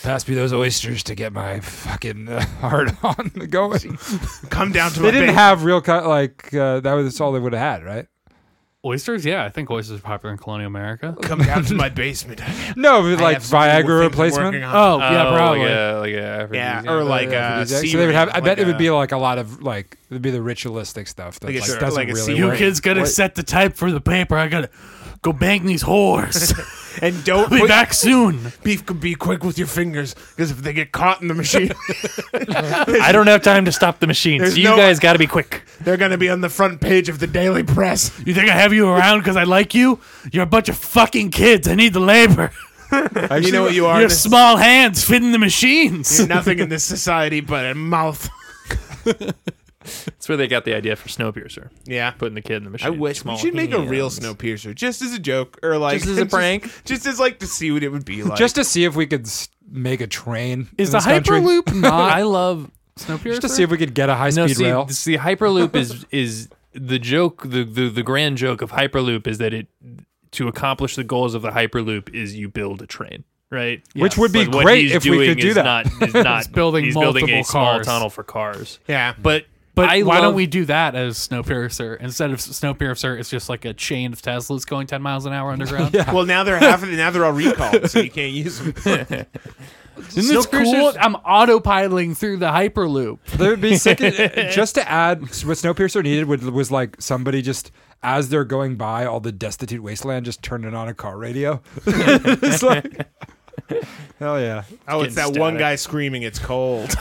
Speaker 4: Pass me those oysters to get my fucking uh, (laughs) heart on the going.
Speaker 5: Come down to
Speaker 4: They
Speaker 5: my
Speaker 4: didn't
Speaker 5: base.
Speaker 4: have real cut like uh, that was all they would have had, right?
Speaker 6: oysters, yeah, I think oysters are popular in colonial America.
Speaker 5: Come down to my basement.
Speaker 4: No, but
Speaker 5: I
Speaker 4: like
Speaker 5: have some cool things I'm
Speaker 4: Viagra
Speaker 5: working
Speaker 4: replacement.
Speaker 5: on.
Speaker 6: Oh, yeah, probably.
Speaker 3: Like a, like a aphrodisiac.
Speaker 5: yeah, or like
Speaker 4: Yeah,
Speaker 5: uh,
Speaker 4: so
Speaker 5: sea
Speaker 4: they would have. I
Speaker 5: ring,
Speaker 4: bet it would
Speaker 5: a-
Speaker 4: be like a lot of like it'd be the ritualistic stuff that
Speaker 5: Like a
Speaker 4: like,
Speaker 5: sure-
Speaker 4: doesn't
Speaker 5: like a
Speaker 4: really
Speaker 5: sea
Speaker 4: work.
Speaker 5: ring.
Speaker 6: kids gotta set the type for the paper. I gotta go bang these (laughs) whores.
Speaker 5: And don't
Speaker 6: Be
Speaker 5: put-
Speaker 6: back soon.
Speaker 5: Be, be quick with your fingers, because if they get caught in the machine,
Speaker 3: I don't have time to stop the machine.
Speaker 5: There's
Speaker 3: so you
Speaker 5: no-
Speaker 3: guys got to be quick.
Speaker 5: they're going to be on the front page of the Daily Press.
Speaker 6: You think I have you around because I like you? You're a bunch of fucking kids. I need the labor.
Speaker 5: you know what you are?
Speaker 6: Your
Speaker 5: This-
Speaker 6: small hands fit in the
Speaker 5: (laughs)
Speaker 6: machines.
Speaker 5: You're nothing in this society but a mouth.
Speaker 3: That's where they got the idea for Snowpiercer.
Speaker 5: Yeah.
Speaker 3: Putting the kid in the machine.
Speaker 5: I wish we
Speaker 3: Small
Speaker 5: should make a real
Speaker 3: hands.
Speaker 5: Snowpiercer, just as a joke, or like
Speaker 3: Just as a prank?
Speaker 5: just, as like to see what it would be like.
Speaker 4: Just to see if we could s- make a train.
Speaker 6: Is
Speaker 4: in
Speaker 6: the
Speaker 4: this country.
Speaker 6: (laughs) Hyperloop not? I love Snowpiercer.
Speaker 4: Just to see if we could get a high
Speaker 3: No,
Speaker 4: speed
Speaker 3: see,
Speaker 4: rail.
Speaker 3: see, Hyperloop is (laughs) is the joke. The, the the grand joke of Hyperloop is that it to accomplish the goals of the Hyperloop is you build a train, right?
Speaker 4: Which would be
Speaker 3: But what
Speaker 4: great
Speaker 3: he's
Speaker 4: if we
Speaker 3: doing
Speaker 4: could do
Speaker 3: is
Speaker 4: that.
Speaker 3: Not,
Speaker 4: (laughs)
Speaker 3: is not
Speaker 6: building
Speaker 3: he's building a
Speaker 6: multiple
Speaker 3: small
Speaker 6: cars.
Speaker 3: tunnel for cars.
Speaker 5: yeah,
Speaker 3: But
Speaker 6: but
Speaker 3: I
Speaker 6: why
Speaker 3: love-
Speaker 6: don't we do that as Snowpiercer instead of Snowpiercer? It's just like a chain of Teslas going ten miles
Speaker 3: (laughs)
Speaker 6: an hour underground.
Speaker 5: well now they're half (laughs) of the, now they're all recalled, so (laughs) you can't use them.
Speaker 6: Isn't this cool? I'm autopiloting through the Hyperloop.
Speaker 4: That would be sick. uh, just to add, what Snowpiercer needed would, was like somebody just as they're going by all the destitute wasteland, just turning on a car radio. (laughs) it's like, hell yeah.
Speaker 5: Oh, it's that
Speaker 3: Getting
Speaker 5: one
Speaker 3: static.
Speaker 5: guy screaming, "It's (gasps) cold!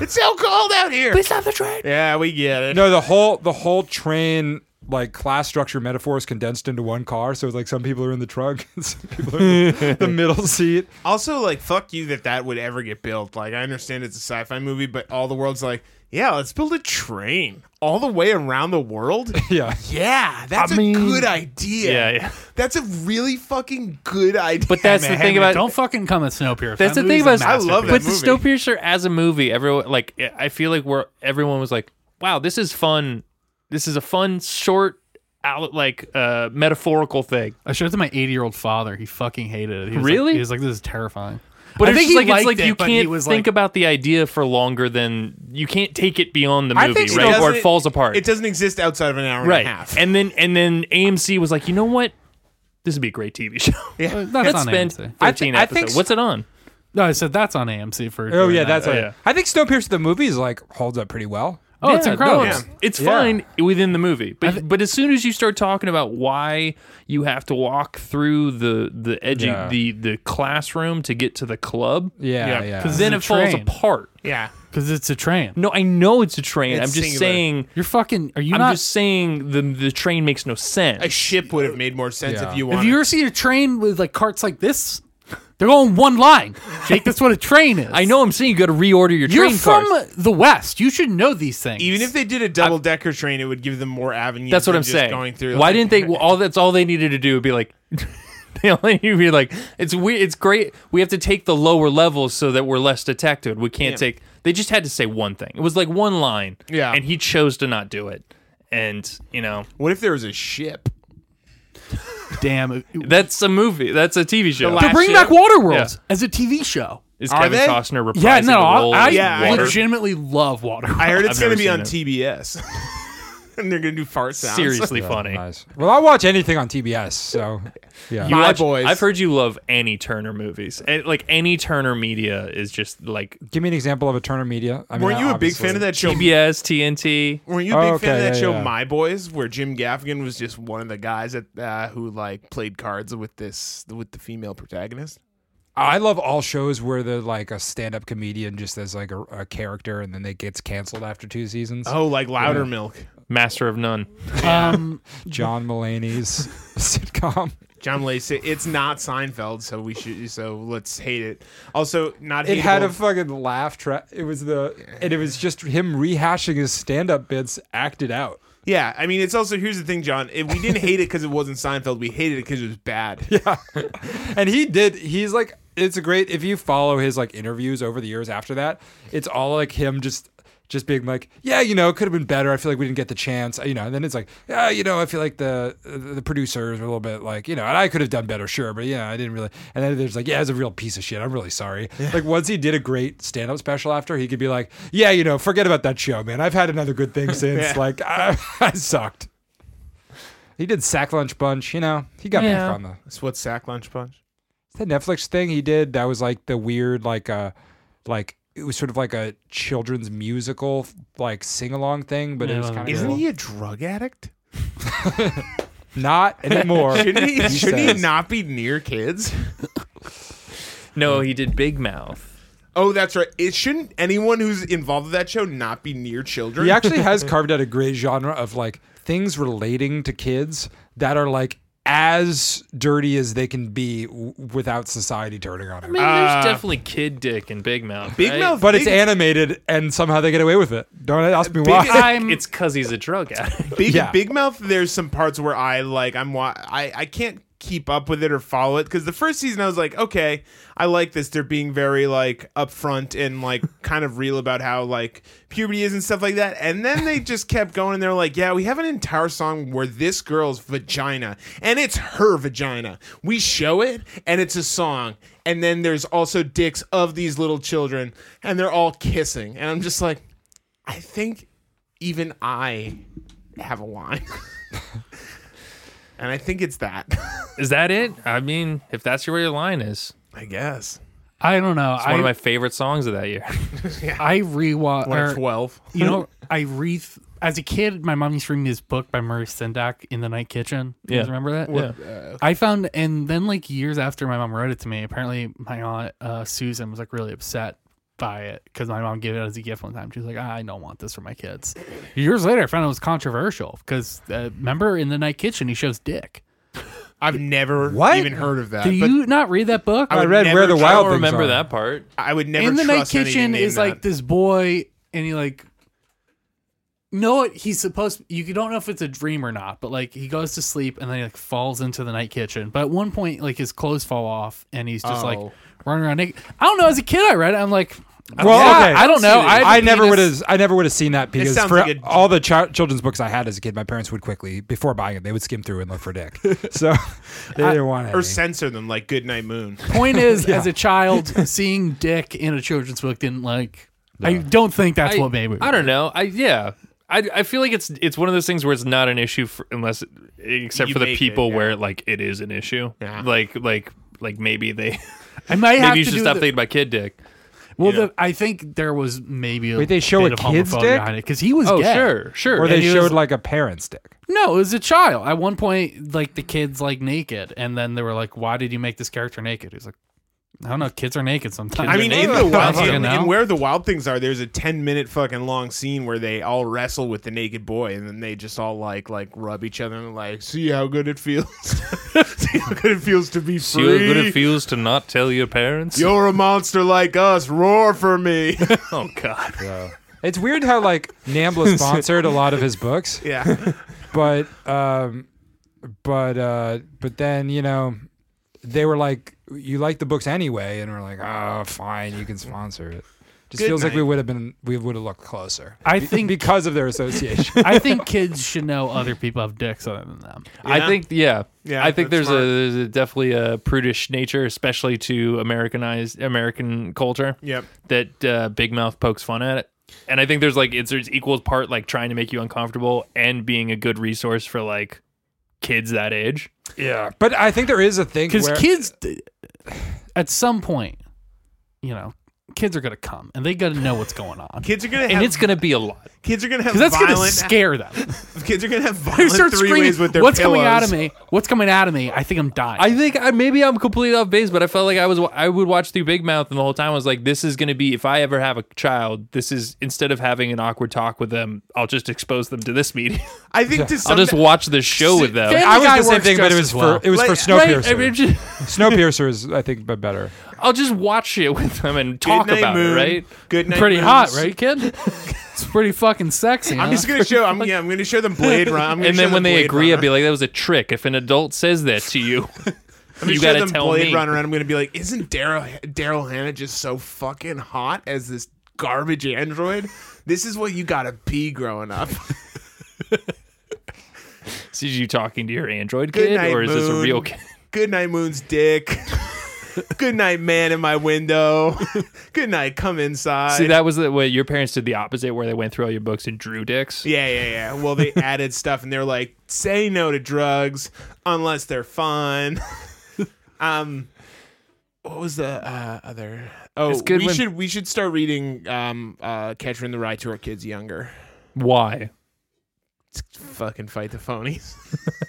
Speaker 5: it's so cold out here!" Please stop the train. Yeah, we get it.
Speaker 4: No, the whole the whole train like class structure metaphor is condensed into one car. So it's like some people are in the trunk, (laughs) and some people are in the, the middle seat.
Speaker 5: Also, like, fuck you that that would ever get built. Like, I understand it's a sci-fi movie, but all the world's like, yeah, let's build a train all the way around the world.
Speaker 4: Yeah.
Speaker 5: (laughs) yeah, that's a good idea.
Speaker 3: yeah, yeah.
Speaker 5: That's a really fucking good idea.
Speaker 3: But that's the thing about
Speaker 6: Don't fucking come at Snowpiercer.
Speaker 3: That's
Speaker 6: That
Speaker 3: the thing
Speaker 6: movie's a
Speaker 3: about- I
Speaker 5: love
Speaker 6: masterpiece.
Speaker 5: that
Speaker 3: but
Speaker 5: movie.
Speaker 3: the Snowpiercer as a movie, everyone like I feel like we're everyone was like, "Wow, this is fun. This is a fun short, out like uh, metaphorical thing."
Speaker 6: I showed it to my 80 year old father. He fucking hated it. He was
Speaker 3: Really?
Speaker 6: Like, he was like, "This is terrifying."
Speaker 3: But
Speaker 6: I
Speaker 3: it's just
Speaker 6: think he
Speaker 3: like it's
Speaker 6: liked
Speaker 3: like
Speaker 6: it,
Speaker 3: you
Speaker 6: but he
Speaker 3: can't
Speaker 6: was
Speaker 3: think
Speaker 6: like-
Speaker 3: about the idea for longer than you can't take it beyond the
Speaker 5: I
Speaker 3: movie,
Speaker 5: think
Speaker 3: right?
Speaker 5: doesn't-
Speaker 3: Or it falls apart,
Speaker 5: It doesn't exist outside of an hour
Speaker 3: right?
Speaker 5: and a half.
Speaker 3: And then and then AMC was like, you know what? This would be a great TV show.
Speaker 5: yeah.
Speaker 3: (laughs)
Speaker 6: That's
Speaker 3: Let's
Speaker 6: on
Speaker 3: spend
Speaker 6: AMC.
Speaker 4: I thi-
Speaker 3: thirteen
Speaker 4: I
Speaker 3: episodes.
Speaker 4: think s-
Speaker 3: What's it on?
Speaker 6: No, I said that's on AMC for.
Speaker 4: Oh
Speaker 6: doing
Speaker 4: yeah,
Speaker 6: that.
Speaker 4: that's right.
Speaker 3: yeah.
Speaker 4: I think Snowpiercer the movie is like holds up pretty well.
Speaker 6: Oh, it's
Speaker 3: Yeah,
Speaker 6: incredible.
Speaker 3: no, it's, it's fine within the movie, but but as soon as you start talking about why you have to walk through the the edu-
Speaker 4: Yeah.
Speaker 3: the the classroom to get to the club,
Speaker 4: Yeah,
Speaker 5: Yeah,
Speaker 4: yeah.
Speaker 6: 'cause
Speaker 3: then it
Speaker 6: It's a
Speaker 3: falls
Speaker 6: train.
Speaker 3: apart.
Speaker 5: yeah.
Speaker 6: Because it's a train.
Speaker 3: No, I know it's a train.
Speaker 5: It's
Speaker 3: I'm just
Speaker 5: singular.
Speaker 3: saying.
Speaker 6: You're fucking. Are you
Speaker 3: I'm
Speaker 6: not?
Speaker 3: just saying the the train makes no sense.
Speaker 5: A ship would have made more sense
Speaker 4: Yeah.
Speaker 5: if you
Speaker 6: have
Speaker 5: wanted.
Speaker 6: you ever seen a train with like carts like this? They're going one line. Jake, that's what a train is.
Speaker 3: (laughs) I know I'm saying you got to reorder your
Speaker 6: You're
Speaker 3: train
Speaker 6: from
Speaker 3: cars.
Speaker 6: the West. You should know these things.
Speaker 5: Even if they did a double decker train, it would give them more avenues.
Speaker 3: That's what
Speaker 5: than
Speaker 3: I'm
Speaker 5: just
Speaker 3: saying.
Speaker 5: Going through.
Speaker 3: Why
Speaker 5: like-
Speaker 3: didn't they? Well, all that's all they needed to do would be like. (laughs) They only need to be like it's weird. It's great. We have to take the lower levels so that we're less detected. We can't take. They just had to say one thing. It was like one line.
Speaker 5: Yeah.
Speaker 3: and he chose to not do it. and you know
Speaker 5: What if there was a ship?
Speaker 3: (laughs)
Speaker 6: Damn.
Speaker 3: that's a movie. That's a TV show.
Speaker 5: last-
Speaker 6: They're bringing back
Speaker 5: shit.
Speaker 6: Waterworld
Speaker 3: Yeah.
Speaker 6: as a TV show.
Speaker 3: Is
Speaker 5: Are
Speaker 3: Kevin
Speaker 5: they?
Speaker 3: Costner reprising
Speaker 6: Yeah, no,
Speaker 3: the
Speaker 6: I,
Speaker 3: role?
Speaker 6: I
Speaker 3: of
Speaker 5: yeah,
Speaker 3: water?
Speaker 6: legitimately love Waterworld.
Speaker 5: I heard it's
Speaker 3: I've
Speaker 5: going to
Speaker 3: never
Speaker 5: be
Speaker 3: seen
Speaker 5: on
Speaker 3: it.
Speaker 5: TBS. (laughs) and they're going to do fart sounds.
Speaker 3: seriously funny.
Speaker 4: Nice. Well, I watch anything on TBS, so yeah.
Speaker 5: You- My
Speaker 3: Watch-
Speaker 5: boys.
Speaker 3: I've heard you love any Turner movies. And, like any Turner media is just like
Speaker 4: Give me an example of a Turner Media. I
Speaker 5: (laughs)
Speaker 4: mean,
Speaker 5: Weren't you a big fan
Speaker 4: obviously-
Speaker 5: of that show?
Speaker 3: TBS, TNT.
Speaker 5: Weren't you a
Speaker 4: Oh,
Speaker 5: big fan
Speaker 4: okay,
Speaker 5: of that
Speaker 4: yeah,
Speaker 5: show,
Speaker 4: yeah.
Speaker 5: My Boys, where Jim Gaffigan was just one of the guys that uh, who like played cards with this with the female protagonist?
Speaker 4: I love all shows where they're like a stand-up comedian just as like a, a character, and then they gets canceled after two seasons.
Speaker 5: Oh, like Louder Milk.
Speaker 3: Master of None.
Speaker 6: Um,
Speaker 4: John (laughs) Mulaney's sitcom.
Speaker 5: John Lacey. It's not Seinfeld, so we should. So let's hate it. Also, not
Speaker 4: It had a
Speaker 5: hateable-
Speaker 4: fucking laugh track. It was the and it was just him rehashing his stand-up bits acted out.
Speaker 5: yeah. I mean, it's also here's the thing, John. If we didn't hate it because it wasn't Seinfeld. We hated it because it was bad. Yeah.
Speaker 4: And he did. He's like, it's a great. If you follow his like interviews over the years after that, it's all like him just. Just being like, yeah, you know, it could have been better. I feel like we didn't get the chance, you know. And then it's like, yeah, you know, I feel like the the producers were a little bit like, you know, and I could have done better, sure, but yeah, I didn't really. And then there's like, yeah, it's a real piece of shit. I'm really sorry. Like once he did a great stand up special after, he could be like, yeah, you know, forget about that show, man. I've had another good thing since.
Speaker 5: Yeah.
Speaker 4: Like (laughs) I, I sucked. He did sack lunch bunch, you know. He got
Speaker 3: Yeah.
Speaker 4: back on the
Speaker 5: That's what sack lunch punch.
Speaker 4: the Netflix thing he did that was like the weird like uh like it was sort of like a children's musical like sing along thing, but it
Speaker 6: Yeah,
Speaker 4: was
Speaker 6: well,
Speaker 4: kind
Speaker 5: Isn't
Speaker 4: of
Speaker 5: he a drug addict?
Speaker 4: (laughs) not
Speaker 5: (laughs)
Speaker 4: anymore.
Speaker 5: Shouldn't he, shouldn't he
Speaker 4: says.
Speaker 5: not be near (laughs) kids?
Speaker 3: No, he did Big Mouth.
Speaker 5: Oh, that's right. It shouldn't anyone who's involved with that show not be near children.
Speaker 4: he actually has carved out a great genre of like things relating to kids that are like as dirty as they can be w- without society turning on
Speaker 3: I
Speaker 4: them.
Speaker 3: mean,
Speaker 5: Uh,
Speaker 3: there's definitely Kid Dick and Big Mouth.
Speaker 5: Big
Speaker 3: right? (laughs)
Speaker 5: Mouth,
Speaker 4: but it's
Speaker 5: Big-
Speaker 4: animated and somehow they get away with it. Don't ask me why.
Speaker 6: I'm
Speaker 3: It's because he's a drug addict.
Speaker 5: Big
Speaker 4: Yeah.
Speaker 5: Big Mouth. There's some parts where I like I'm wa- I I can't keep up with it or follow it because the first season I was like, okay, I like this. They're being very like upfront and like (laughs) kind of real about how like puberty is and stuff like that. And then they just kept going and they're like, yeah, we have an entire song where this girl's vagina and it's her vagina. We show it and it's a song. And then there's also dicks of these little children and they're all kissing. And I'm just like, I think even I have a (laughs) line. and I think it's that.
Speaker 3: Is that it? I mean, if that's where your line is,
Speaker 5: I guess.
Speaker 6: I don't know.
Speaker 3: one of
Speaker 6: I-
Speaker 3: my favorite songs of that year.
Speaker 6: I rewatch.
Speaker 5: When
Speaker 3: Er,
Speaker 5: I'm
Speaker 6: or-
Speaker 5: 12.
Speaker 6: You know, I re as a kid, my mom used to read me this book by Murray Sendak in the Night Kitchen. You guys
Speaker 3: Yeah.
Speaker 6: remember that?
Speaker 3: Yeah.
Speaker 6: I found, and then like years after my mom wrote it to me, apparently my aunt uh, Susan was like really upset by it because my mom gave it as a gift one time. She was like, "Ah, I don't want this for my kids. Years later, I found it was controversial because uh, remember in the Night Kitchen, he shows dick.
Speaker 5: I've never
Speaker 4: What?
Speaker 5: even heard of that.
Speaker 6: Do
Speaker 5: but
Speaker 6: you not read that book?
Speaker 4: (laughs) I
Speaker 5: would
Speaker 4: read
Speaker 5: never
Speaker 4: Where the
Speaker 5: try-
Speaker 4: Wild
Speaker 3: I
Speaker 4: Things
Speaker 3: remember
Speaker 4: Are.
Speaker 3: that part.
Speaker 5: I would never
Speaker 6: in the night
Speaker 5: trust anything
Speaker 6: kitchen
Speaker 5: named
Speaker 6: is like
Speaker 5: that.
Speaker 6: this boy and he like no what he's supposed you don't know if it's a dream or not but like he goes to sleep and then he like falls into the night kitchen but at one point like his clothes fall off and he's just like
Speaker 5: Oh.
Speaker 6: running around naked i don't know as a kid i read it i'm like
Speaker 4: Well,
Speaker 6: yeah,
Speaker 4: okay.
Speaker 6: i don't know i, have a
Speaker 4: I never
Speaker 6: penis.
Speaker 4: would have. I never would have seen that because
Speaker 5: sounds
Speaker 4: for
Speaker 5: like a-
Speaker 4: all the chi- children's books I had as a kid, my parents would quickly before buying it, they would skim through and look for
Speaker 6: (laughs)
Speaker 4: dick. So (laughs) they didn't want
Speaker 5: or
Speaker 4: any.
Speaker 5: censor them like Goodnight Moon.
Speaker 3: (laughs)
Speaker 6: point is as a child seeing dick in a children's book didn't like i don't think that's
Speaker 3: I,
Speaker 6: what maybe
Speaker 3: I don't know. I yeah. I, I feel like it's it's one of those things where it's not an issue for, unless except
Speaker 5: You
Speaker 3: for the
Speaker 5: make it,
Speaker 3: people
Speaker 5: yeah.
Speaker 3: where like it is an issue.
Speaker 5: Yeah.
Speaker 3: Like like like maybe they
Speaker 6: i might have
Speaker 3: maybe you
Speaker 6: to
Speaker 3: should
Speaker 6: do
Speaker 3: stop
Speaker 6: the-
Speaker 3: thinking about kid dick.
Speaker 6: Well,
Speaker 3: you know?
Speaker 6: the, I think there was maybe a
Speaker 4: Wait, they show a
Speaker 6: bit of
Speaker 4: kid's
Speaker 6: homophobia
Speaker 4: dick?
Speaker 6: behind it because he was
Speaker 3: Oh
Speaker 6: gay.
Speaker 3: sure sure.
Speaker 4: or they
Speaker 6: and he was-
Speaker 4: showed like a parent's dick.
Speaker 6: No, it was a child. At one point, like the kids like naked, and then they were like, "Why did you make this character naked?" He's like, "I don't know. Kids are naked sometimes."
Speaker 5: I mean,
Speaker 3: naked.
Speaker 5: in the wild,
Speaker 6: fucking
Speaker 5: in,
Speaker 6: know.
Speaker 5: in where the wild things are, there's a ten minute fucking long scene where they all wrestle with the naked boy, and then they just all like like rub each other and like see how good it feels, (laughs) see how good it feels to be free.
Speaker 3: See how good it feels to not tell your parents.
Speaker 5: You're a monster like us. Roar for me.
Speaker 3: Oh god.
Speaker 4: It's weird how like
Speaker 6: (laughs)
Speaker 4: Nambla sponsored a lot of his books,
Speaker 5: (laughs) yeah.
Speaker 4: but um, but uh, but then you know they were like, you like the books anyway, and we're like, oh, fine, you can sponsor it. Just
Speaker 5: Good
Speaker 4: feels like
Speaker 5: night.
Speaker 4: we would have been we would have looked closer.
Speaker 6: I
Speaker 4: Be-
Speaker 6: think-
Speaker 4: because of their association.
Speaker 6: I think kids should know other people have dicks other than them.
Speaker 3: I
Speaker 5: Yeah.
Speaker 3: think, yeah,
Speaker 5: Yeah,
Speaker 3: I think
Speaker 5: that's
Speaker 3: there's a,
Speaker 5: smart.
Speaker 3: there's a definitely a prudish nature, especially to Americanized American culture.
Speaker 5: Yep.
Speaker 3: that uh, Big Mouth pokes fun at it, and I think there's like it's there's equal part like trying to make you uncomfortable and being a good resource for like kids that age.
Speaker 4: yeah, but I think there is a thing
Speaker 6: Because
Speaker 4: where-
Speaker 6: kids, (sighs) at some point, you know, kids are gonna come and they gotta know what's going on,
Speaker 5: Kids are gonna have
Speaker 3: And it's gonna be a lot.
Speaker 5: kids are gonna have
Speaker 6: 'Cause that's
Speaker 5: violent
Speaker 6: gonna scare them.
Speaker 5: (laughs) kids are gonna have
Speaker 6: (laughs) They
Speaker 5: violent
Speaker 6: start
Speaker 5: three ways
Speaker 6: screaming,
Speaker 5: with their
Speaker 6: "What's
Speaker 5: pillows.
Speaker 6: coming out of me? What's coming out of me? I think I'm dying."
Speaker 3: I think I maybe I'm completely off base, but I felt like I was I would watch through Big Mouth and the whole time I was like, this is gonna be if I ever have a child, this is instead of having an awkward talk with them, I'll just expose them to this media.
Speaker 5: I think to some
Speaker 3: I'll just watch this show with them.
Speaker 6: Family
Speaker 4: I was
Speaker 6: Guy
Speaker 4: the same
Speaker 6: works
Speaker 4: thing, but it
Speaker 6: just
Speaker 4: was
Speaker 6: as well.
Speaker 4: for it was
Speaker 5: Like-
Speaker 4: for
Speaker 3: Right? I
Speaker 4: Snowpiercer.
Speaker 3: mean, just-
Speaker 4: Snowpiercer is I think but better.
Speaker 3: I'll just watch it with them and talk
Speaker 5: Good night,
Speaker 3: about
Speaker 5: moon.
Speaker 3: it, right?
Speaker 5: Good night,
Speaker 6: pretty
Speaker 5: moons.
Speaker 6: hot, right,
Speaker 5: (laughs)
Speaker 6: kid? it's pretty fucking sexy.
Speaker 5: I'm
Speaker 6: huh?
Speaker 5: just gonna show. I'm, yeah, I'm gonna show them Blade Run.
Speaker 6: (laughs)
Speaker 5: I'm gonna
Speaker 3: And
Speaker 5: show
Speaker 3: then
Speaker 5: them
Speaker 3: when they
Speaker 5: Blade
Speaker 3: agree, I'd
Speaker 5: Runner.
Speaker 3: be like, that was a trick. If an adult says that
Speaker 5: (laughs)
Speaker 3: to you,
Speaker 5: I'm gonna
Speaker 3: (laughs) you
Speaker 5: show
Speaker 3: gotta
Speaker 5: them
Speaker 3: tell
Speaker 5: Blade
Speaker 3: me.
Speaker 5: Runner, and I'm gonna be like, isn't Daryl Daryl Hannah just so fucking hot as this garbage android? This is what you gotta be growing up. (laughs)
Speaker 3: Is you talking to your Android
Speaker 5: Good
Speaker 3: kid,
Speaker 5: night,
Speaker 3: or is this a
Speaker 5: Moon.
Speaker 3: real kid?
Speaker 5: Good night, Moon's dick. (laughs) Good night, man in my window. (laughs) Good night, come inside.
Speaker 3: See, that was the way your parents did the opposite, where they went through all your books and drew dicks.
Speaker 5: Yeah, yeah, yeah. Well,
Speaker 3: (laughs)
Speaker 5: they added stuff, and they're like, say no to drugs unless they're fun. (laughs) um, what was the uh, other? Oh,
Speaker 3: It's good
Speaker 5: we
Speaker 3: when-
Speaker 5: should we should start reading um, uh, Catcher in the Rye to our kids younger.
Speaker 3: Why?
Speaker 5: Fucking fight the phonies.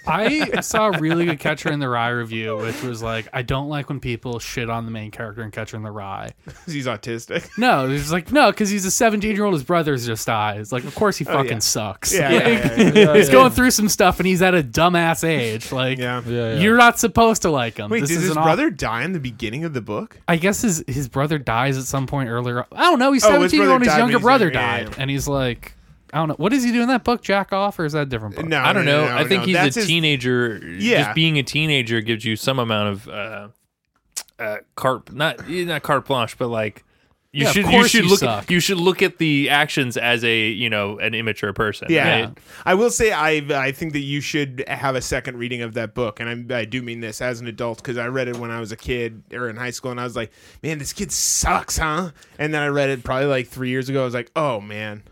Speaker 5: (laughs)
Speaker 6: I saw a really good Catcher in the Rye review, which was like, I don't like when people shit on the main character in Catcher in the Rye.
Speaker 5: 'Cause He's autistic.
Speaker 6: No, it's just like, no, because he's a 17 year old, his brother's just dies. Like, of course he fucking
Speaker 5: Oh, yeah.
Speaker 6: sucks.
Speaker 5: Yeah,
Speaker 6: Like,
Speaker 5: yeah,
Speaker 6: (laughs)
Speaker 5: yeah, yeah.
Speaker 6: he's going through some stuff and he's at a dumbass age. Like,
Speaker 5: Yeah.
Speaker 4: Yeah, yeah.
Speaker 6: you're not supposed to like him.
Speaker 5: Wait,
Speaker 6: this
Speaker 5: did
Speaker 6: is
Speaker 5: his
Speaker 6: an aw-
Speaker 5: brother die in the beginning of the book?
Speaker 6: I guess his, his brother dies at some point earlier. I don't know. He's
Speaker 5: Oh, his
Speaker 6: 17 year old
Speaker 5: brother
Speaker 6: and his
Speaker 5: died when
Speaker 6: younger
Speaker 5: he's
Speaker 6: brother
Speaker 5: younger. Yeah,
Speaker 6: died.
Speaker 5: yeah,
Speaker 6: And he's like, I don't know. What does he do in that book? Jack off or is that a different book?
Speaker 5: No,
Speaker 3: I don't
Speaker 5: no,
Speaker 3: know.
Speaker 5: no,
Speaker 3: I think
Speaker 5: no.
Speaker 3: he's
Speaker 5: That's
Speaker 3: a
Speaker 5: his-
Speaker 3: teenager.
Speaker 5: Yeah.
Speaker 3: Just being a teenager gives you some amount of uh, uh, carp not eh, not carte blanche, but like you
Speaker 6: Yeah, of
Speaker 3: should you
Speaker 6: course
Speaker 3: should
Speaker 6: you
Speaker 3: look
Speaker 6: suck.
Speaker 3: you should look at the actions as a you know an immature person.
Speaker 5: Yeah.
Speaker 3: right?
Speaker 5: I will say I I think that you should have a second reading of that book, and I, I do mean this as an adult because I read it when I was a kid or in high school, and I was like, man, this kid sucks, huh? And then I read it probably like three years ago. I was like, oh man,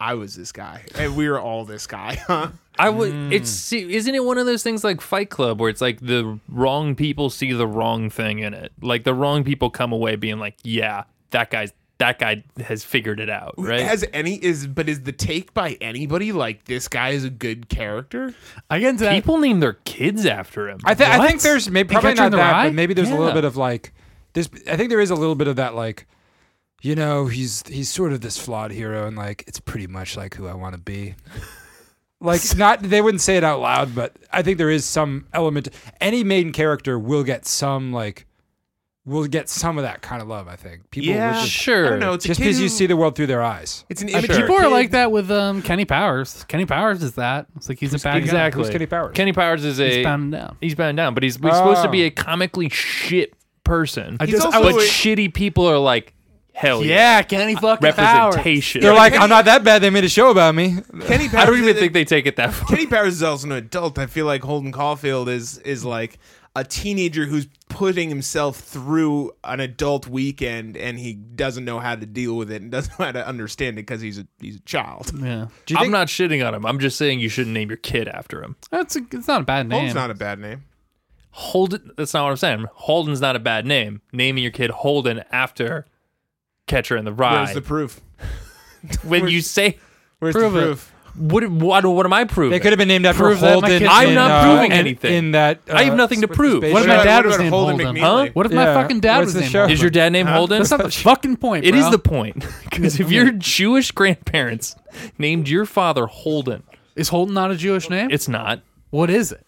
Speaker 5: I was this guy, and we were all this guy, (laughs) huh?
Speaker 3: I would. It's see, isn't it one of those things like Fight Club where it's like the wrong people see the wrong thing in it. Like the wrong people come away being like, "Yeah, that guy's that guy has figured it out." Right?
Speaker 5: Has any is but is the take by anybody like this guy is a good character?
Speaker 6: I get into that.
Speaker 3: people name their kids after him.
Speaker 4: I think I
Speaker 6: What?
Speaker 4: think there's maybe
Speaker 6: They
Speaker 4: probably
Speaker 6: catch you
Speaker 4: not
Speaker 6: in the
Speaker 4: that,
Speaker 6: rye?
Speaker 4: but maybe there's a little
Speaker 3: Yeah.
Speaker 4: bit of like there's I think there is a little bit of that like you know he's he's sort of this flawed hero and like it's pretty much like who I want to be.
Speaker 6: (laughs)
Speaker 4: Like not they wouldn't say it out loud, but I think there is some element. Any main character will get some like will get some of that kind of love. I think people will just,
Speaker 3: sure.
Speaker 5: I don't know. It's
Speaker 4: just
Speaker 5: a kid
Speaker 4: because you
Speaker 5: who-
Speaker 4: see the world through their eyes.
Speaker 5: it's an
Speaker 3: Sure.
Speaker 5: immature.
Speaker 6: People are
Speaker 5: kid.
Speaker 6: like that with um, Kenny Powers. Kenny Powers is that. It's like he's a bad guy.
Speaker 3: exactly.
Speaker 4: Who's Kenny Powers?
Speaker 3: Kenny Powers is a
Speaker 6: He's bound down.
Speaker 3: he's bound down, but he's, he's supposed to
Speaker 4: Oh.
Speaker 3: be a comically shit person.
Speaker 6: Ah. I
Speaker 5: He's
Speaker 6: just, I
Speaker 5: also
Speaker 3: but
Speaker 5: a-
Speaker 6: was,
Speaker 3: shitty people are like, hell yeah,
Speaker 6: yeah, Kenny fucking Powers.
Speaker 3: representation.
Speaker 4: They're like, I'm not that bad. They made a show about me.
Speaker 5: Kenny
Speaker 3: I
Speaker 5: Powers
Speaker 3: don't even
Speaker 5: is-
Speaker 3: think they take it that far.
Speaker 5: Kenny Powers is also an adult. I feel like Holden Caulfield is is like a teenager who's putting himself through an adult weekend and he doesn't know how to deal with it and doesn't know how to understand it because he's a he's a child.
Speaker 6: Yeah.
Speaker 3: I'm not shitting on him. I'm just saying you shouldn't name your kid after him.
Speaker 6: That's a, it's not a bad name.
Speaker 5: Holden's not a bad name.
Speaker 3: Holden. That's not what I'm saying. Holden's not a bad name. Naming your kid Holden after Catcher in the Rye.
Speaker 5: Where's the proof?
Speaker 3: when you
Speaker 5: where's-
Speaker 3: say
Speaker 5: Where's
Speaker 6: Prove
Speaker 5: the
Speaker 6: it.
Speaker 5: proof?
Speaker 3: what, what, what am I proving?
Speaker 4: They could have been named after
Speaker 6: Prove that my
Speaker 4: Holden.
Speaker 6: kid-
Speaker 4: in,
Speaker 6: I'm
Speaker 3: not
Speaker 4: uh,
Speaker 3: proving
Speaker 4: in-
Speaker 3: anything.
Speaker 4: In that,
Speaker 3: I have
Speaker 4: uh,
Speaker 3: nothing to
Speaker 4: what's the
Speaker 3: prove.
Speaker 4: space
Speaker 6: What if
Speaker 4: show?
Speaker 6: my
Speaker 5: What
Speaker 6: dad
Speaker 5: about
Speaker 6: was named
Speaker 5: Holden
Speaker 6: Holden?
Speaker 5: McNeely?
Speaker 6: Huh? What if my
Speaker 4: Yeah.
Speaker 6: fucking dad
Speaker 4: What's
Speaker 6: was
Speaker 4: the
Speaker 6: named
Speaker 4: show?
Speaker 6: Holden?
Speaker 3: Is your dad named Holden?
Speaker 6: That's not the fucking point.
Speaker 3: It
Speaker 6: bro.
Speaker 3: is the point. (laughs) Because if your Jewish grandparents named your father Holden,
Speaker 6: Is Holden not a Jewish name?
Speaker 3: it's not.
Speaker 6: what is it?